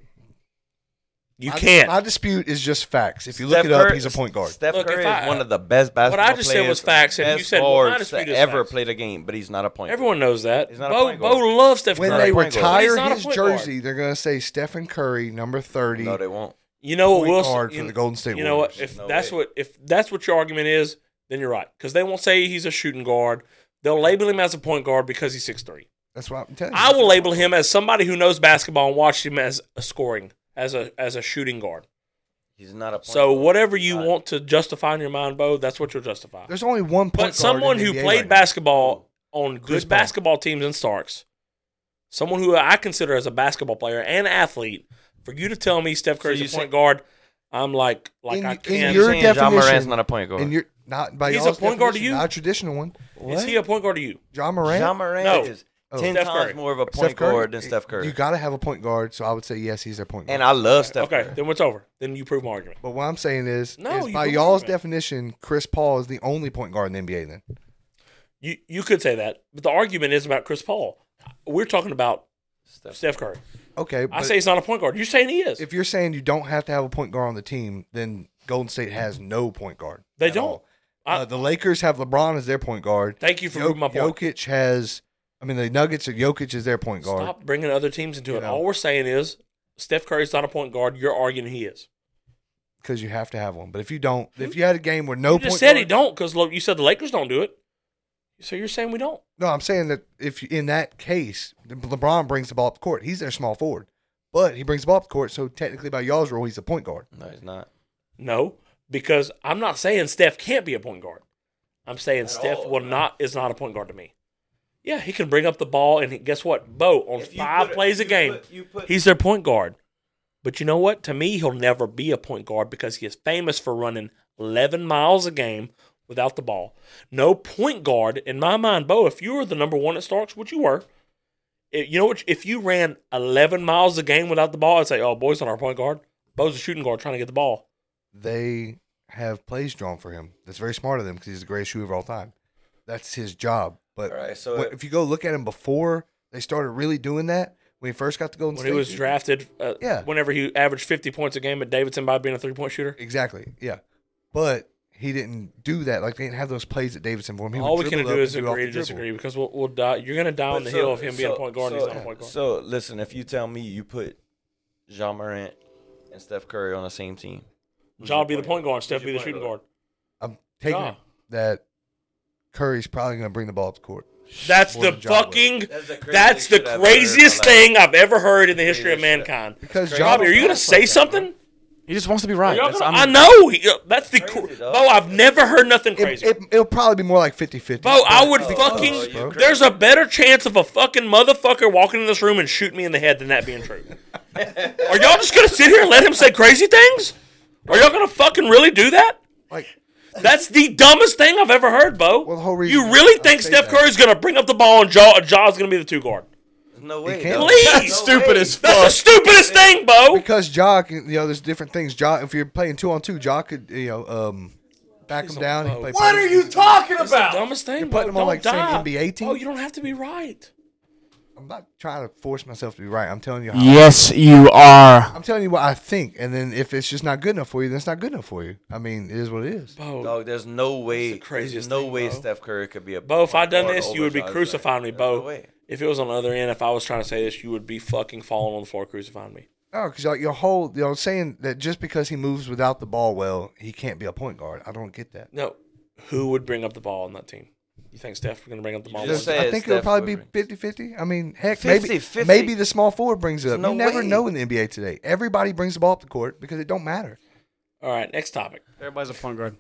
E: You
C: my-
E: can't.
C: My dispute is just facts. If you look it up,
F: Curry-
C: he's a point guard.
F: Steph
E: Look,
F: Curry
E: if
F: is
E: I-
F: one of the best
E: what
F: basketball
E: I just said
F: players,
E: was facts, and you
F: best
E: said, well, my
F: guards
E: dispute
F: to
E: is
F: ever
E: facts.
F: play the game, but he's not a point.
E: Everyone knows that.
F: He's not a
E: Bo,
F: point guard.
E: Bo loves Steph
I: When
F: not
E: Curry.
I: they
F: a point guard.
I: retire
E: He's not a
I: his
E: point guard.
I: jersey, they're gonna say Stephen Curry, number
F: guard.
I: thirty.
F: No, they won't.
E: you know what
I: point
E: will
I: guard
E: you,
I: for the Golden State
E: You know what?
I: Warriors.
E: If
F: No
E: that's
F: way.
E: what if that's what your argument is, then you're right because they won't say he's a shooting guard. They'll label him as a point guard because he's six three.
I: That's what I'm telling you.
E: I will label him as somebody who knows basketball and watch him as a scoring as a as a shooting guard.
F: He's not a point
E: So
F: guard.
E: whatever
F: He's
E: you
F: not.
E: want to justify in your mind, Bo, that's what you'll justify.
I: There's only one point
E: But someone who played
I: basketball.
E: basketball on good
I: Chris Paul.
E: basketball teams in Starks, someone who I consider as a basketball player and athlete, for you to tell me Steph Curry's
F: you
E: a
F: say-
E: point guard, I'm like like
I: In-
E: I
I: in
E: can't.
I: your
F: You're saying John Morant's
I: definition-
F: not a point guard.
I: And you're not by
E: He's a
I: y'all's
E: point guard to
I: definition,
E: you?
I: Not a traditional one.
E: Is he a point guard to you?
I: John Morant.
F: John Morant
E: No.
F: is
I: Oh.
F: ten
E: Steph
F: times
E: Curry.
F: more of a
I: Steph
F: point
I: Curry?
F: guard than Steph Curry.
I: You got to have a point guard, so I would say yes, he's their point guard.
F: and I love Steph
E: Okay,
F: Curry.
E: then it's over. Then you prove my argument.
I: but what I'm saying is,
E: No,
I: is
E: you
I: by
E: don't
I: y'all's
E: have it.
I: definition, Chris Paul is the only point guard in the NBA. Then
E: You you could say that, but the argument is about Chris Paul. We're talking about
F: Steph-
E: Steph Curry.
I: okay,
E: I
I: but
E: say he's not a point guard. You're saying he is.
I: if you're saying you don't have to have a point guard on the team, then Golden State has no point guard.
E: They
I: at
E: don't.
I: all.
E: I-
I: uh, the Lakers have LeBron as their point guard.
E: Thank you for
I: Jok-
E: proving my point.
I: Jokic has. I mean, the Nuggets are Jokic is their point guard.
E: Stop bringing other teams into
I: You
E: it.
I: know.
E: All we're saying is Steph Curry's not a point guard. You're arguing he is.
I: because you have to have one. But if you don't, if you had a game where no
E: you
I: point
E: just said
I: guard,
E: he don't because look, you said the Lakers don't do it. So you're saying we don't.
I: no, I'm saying that if you, in that case, then LeBron brings the ball up court, he's their small forward, but he brings the ball up court. So technically, by y'all's rule, he's a point guard.
F: No, he's not.
E: No, because I'm not saying Steph can't be a point guard. I'm saying Steph will not is not a point guard to me. Yeah, he can bring up the ball and he- guess what? Bo on
F: If you
E: five
F: put a-
E: plays a
F: you
E: game,
F: put- you put-
E: he's their point guard. But you know what? To me, he'll never be a point guard because he is famous for running 11 miles a game without the ball. No point guard in my mind, Bo. If you were the number one at Starks, which you were, if, you know what? If you ran 11 miles a game without the ball, I'd say, "Oh, boy's on our point guard. Bo's a shooting guard trying to get the ball."
I: They have plays drawn for him. That's very smart of them because he's the greatest shooter of all time. That's his job. But
F: All right, so
I: what-
F: it-
I: if you go look at him before they started really doing that, when he first got the Golden
E: when
I: State,
E: he was drafted. Uh,
I: Yeah.
E: Whenever he averaged 50 points a game at Davidson by being a three point shooter.
I: exactly, yeah. But he didn't do that. Like they didn't have those plays at Davidson for him. He would
E: All we can
I: dribble
E: do
I: up
E: is
I: and off
E: agree
I: the
E: to
I: dribble.
E: disagree because we'll, we'll die. You're going to die on
F: But
E: the
F: so-
E: hill of him being a
F: so-
E: point guard and
F: so-
E: he's not a point guard.
F: So listen, if you tell me you put John Morant and Steph Curry on the same team, who's
E: John
F: your
E: be the point guard, Steph
F: Who's
E: be the
F: your point
E: shooting guard.
F: guard?
I: I'm taking
E: Ja.
I: it that Curry's probably going to bring the ball up the court.
E: That's
I: More
E: the
I: than John will.
E: fucking.
F: That's the
E: That's the
F: craziest
E: craziest
F: shit I've ever heard in
E: thing
F: my
E: I've ever heard in the history of
F: Craziest shit.
E: mankine's
I: Because
F: That's
I: John,
E: Bobby, are you going to say something?
B: He just wants to be right.
E: Y'all
B: That's-
E: gonna- I
B: I'm-
E: know. he- uh, That's the.
F: Crazy,
E: cr-
F: dog.
E: Bo, I've never heard nothing
I: it,
E: crazy.
I: it, it'll probably be more like 50-50.
E: Bo, I would
F: Oh,
E: fucking.
F: oh, you
E: there's a better chance of a fucking motherfucker walking in this room and shoot me in the head than that being true. Are y'all just gonna sit here and let him say crazy things? Are y'all gonna fucking really do that?
I: like
E: That's the dumbest thing I've ever heard, Bo.
I: Well, the whole reason
E: you really
I: I
E: think
I: say
E: Steph
I: that-
E: Curry's gonna bring up the ball and Jaw Jaw's gonna be the two guard?
F: No way.
I: can't.
F: dog.
E: Please.
F: That's
B: Stupid as
E: That's the
B: fuck.
E: stupidest thing, Bo.
I: because Jock, you know, there's different things. Jock, if you're playing two on two, Jock could you know um back him down. And play what are you?
E: That's the dumbest thing. You're
I: putting him on, like, the same NBA team?
E: Oh, you don't have to be right.
I: I'm not trying to force myself to be right. I'm telling you. How,
H: Yes, you are.
I: I'm telling you what I think, and then if it's just not good enough for you, then it's not good enough for you. I mean, it is what it is.
E: Bo,
F: Dog, there's no way.
E: the craziest
F: there's no
E: thing,
F: way
E: Bo.
F: Steph Curry could be a.
E: Bo, if I
F: point
E: done
F: guard
E: this,
F: over
E: you would be
F: John Morant.
E: crucifying me,
F: There's
E: Bo.
F: no way.
E: if it was on the other end, if I was trying to say this, you would be fucking falling on the floor crucifying me.
I: No, because like your whole, you know, saying that just because he moves without the ball well, he can't be a point guard. I don't get that.
E: No, who would bring up the ball on that team? You think Steph going to bring up the ball? one
F: just said-
E: time?
I: I
F: it's
I: think it'll
F: Steph
I: probably
F: Curry.
I: be 50 50. I mean, heck,
F: 50-50.
I: maybe, maybe the small forward brings it up.
F: There's
I: you
F: no
I: never
F: way.
I: know in the NBA today. Everybody brings the ball up the court because it don't matter.
E: All right, next topic.
B: Everybody's a point guard.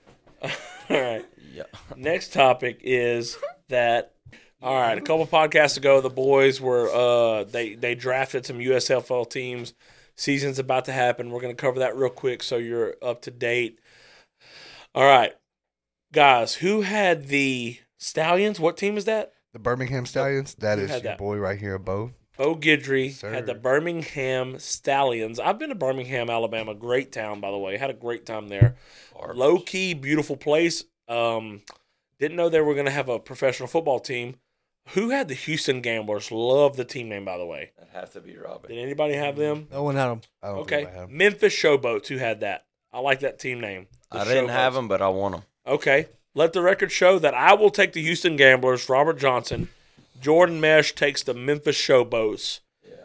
E: [laughs] All right,
F: Yeah.
E: next topic is that. All right, a couple podcasts ago, the boys were uh they they drafted some USFL teams. Season's about to happen. We're going to cover that real quick so you're up to date. All right, guys, who had the Stallions? What team is that?
I: The Birmingham Stallions, that
E: Who
I: is
E: had
I: your
E: that?
I: boy right here, Bo.
E: Bo Guidry
I: Sir.
E: had the Birmingham Stallions. I've been to Birmingham, Alabama. Great town, by the way. Had a great time there. Low key, beautiful place. Um, Didn't know they were going to have a professional football team. Who had the Houston Gamblers? Love the team name, by the way.
F: That has to be Robin.
E: Did anybody have them?
G: No one had them.
I: Mm-hmm. I don't
E: Okay.
I: think I have.
E: Memphis Showboats. Who had that? I like that team name. The
F: I didn't have
E: Showboats.
F: him, but I want him.
E: Okay. Let the record show that I will take the Houston Gamblers, Robert Johnson. Jordan Mesh takes the Memphis Showboats.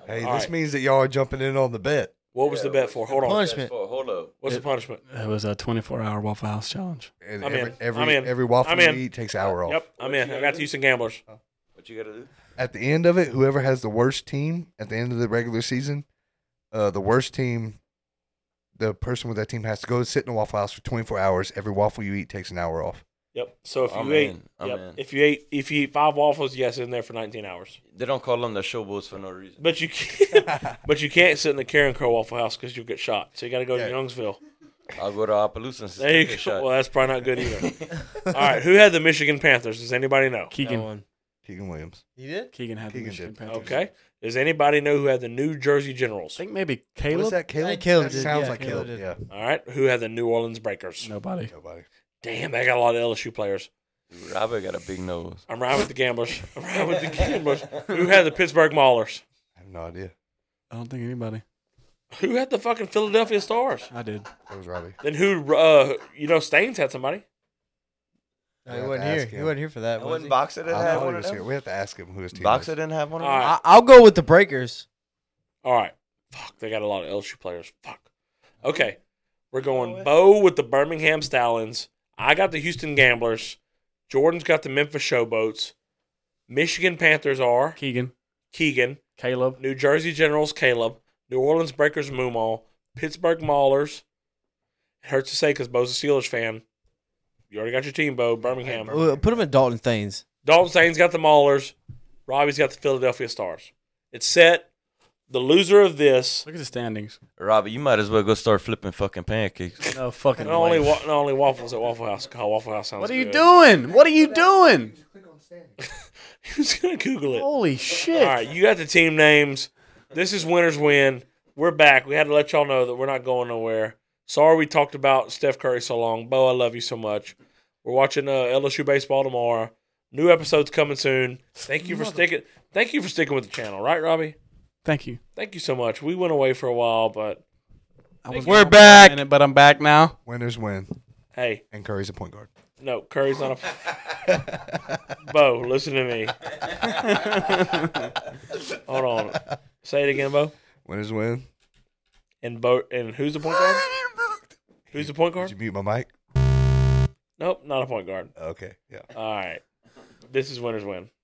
I: Hey,
E: All
I: this
E: right.
I: means that y'all are jumping in on the bet.
E: What was the bet for? Hold on.
G: Punishment.
F: Hold up.
E: What's the punishment?
B: It was a 24 hour Waffle House challenge.
I: And
E: I'm
I: every
E: in.
I: every
E: I'm in.
I: every waffle
E: I'm
I: you
E: in. Uh,
I: eat takes an hour off.
E: Yep, I'm in. I got the Houston Gamblers.
F: Oh. What you gotta do?
I: At the end of it, whoever has the worst team at the end of the regular season, uh, the worst team, the person with that team has to go sit in a waffle house for 24 hours. Every waffle you eat takes an hour off.
E: Yep. So if
F: I'm
E: you ate,
F: in. I'm
E: yep,
F: in.
E: if you ate, if you eat five waffles, yes, in there for 19 hours.
F: They don't call them the showboats for no reason.
E: But you can't. but you can't sit in the Karen Crow Waffle House because you'll get shot. So you got to go
I: Yeah.
E: to Youngsville.
F: [laughs] I'll go to Appaloosa and
E: There you
F: take a
E: go.
F: shot.
E: Well, that's probably not good either.
F: [laughs]
E: All right, who had the Michigan Panthers? Does anybody know?
B: Keegan
G: No one.
I: Keegan Williams.
G: You did?
B: Keegan had
I: Keegan
B: the Michigan
I: did.
B: Panthers.
E: Okay. Does anybody know who had the New Jersey
B: I
E: Generals?
B: think maybe
I: What is
B: Caleb.
I: that, Caleb?
G: Hey, Caleb
I: That
G: did,
I: sounds
G: yeah,
I: like
G: Caleb
I: Caleb.
G: did.
I: Yeah.
E: All right. Who had the New Orleans Breakers?
B: Nobody.
I: Nobody.
E: Damn, they got a lot of LSU players.
F: Dude, Robert got a big nose.
E: I'm riding with the Gamblers. I'm riding
F: [laughs]
E: with the Gamblers. Who had the Pittsburgh Maulers?
I: I have no idea.
B: I don't think anybody.
E: Who had the fucking Philadelphia Stars?
B: I did.
I: That was Robbie.
E: Then who? Uh, you know, Staines had somebody.
G: No,
I: We'll
G: he
I: have
G: wasn't
I: to
G: here.
I: ask
G: He
I: him.
G: wasn't here for that. was he?
F: Boxer
I: I thought he was here. We have to ask him who his team
F: Boxer
I: is.
F: didn't have one of
E: All
F: them?
E: right.
G: I, I'll go with the Breakers.
E: All right. Fuck, they got a lot of LSU players. Fuck. Okay. We're going Bo with the Birmingham Stallions. I got the Houston Gamblers. Jordan's got the Memphis Showboats. Michigan Panthers are
B: Keegan,
E: Keegan.
B: Caleb,
E: New Jersey Generals, Caleb. New Orleans Breakers, Moomaw. Pittsburgh Maulers. It hurts to say because Bo's a Steelers fan. You already got your team, Bo. Birmingham.
G: Well, Put him in Dalton Thanes.
E: Dalton Staines got the Maulers. Robbie's got the Philadelphia Stars. It's set. The loser of this
B: look at the standings.
F: Robert, you might as well go start flipping fucking pancakes.
B: No fucking.
E: Not only
B: way.
E: wa- not only waffles at Waffle House. God, Waffle House sounds.
B: What are you
E: good. [laughs]
B: doing? What are you doing?
E: Who's gonna Google it? All
B: Holy shit!
E: right, you got the team names. This is winners win. We're back. We had to let y'all know that we're not going nowhere. Sorry we talked about Steph Curry so long. Bo, I love you so much. We're watching uh, LSU baseball tomorrow. New episodes coming soon. Thank you for sticking. Thank you for sticking with the channel, right, Robbie?
B: Thank you.
E: Thank you so much. We went away for a while, but
B: I was We're back, minute, but I'm back now.
I: Winners win,
E: hey,
I: and Curry's a point guard.
E: No, Curry's not a. Bo, listen to me. Hold on. Say it again, Bo.
I: Winners win.
E: And Bo, and who's the point guard? Who's the point
I: Did
E: guard?
I: you mute my mic?
E: Nope, not a point guard.
I: Okay. Yeah.
E: All right, this is winners win.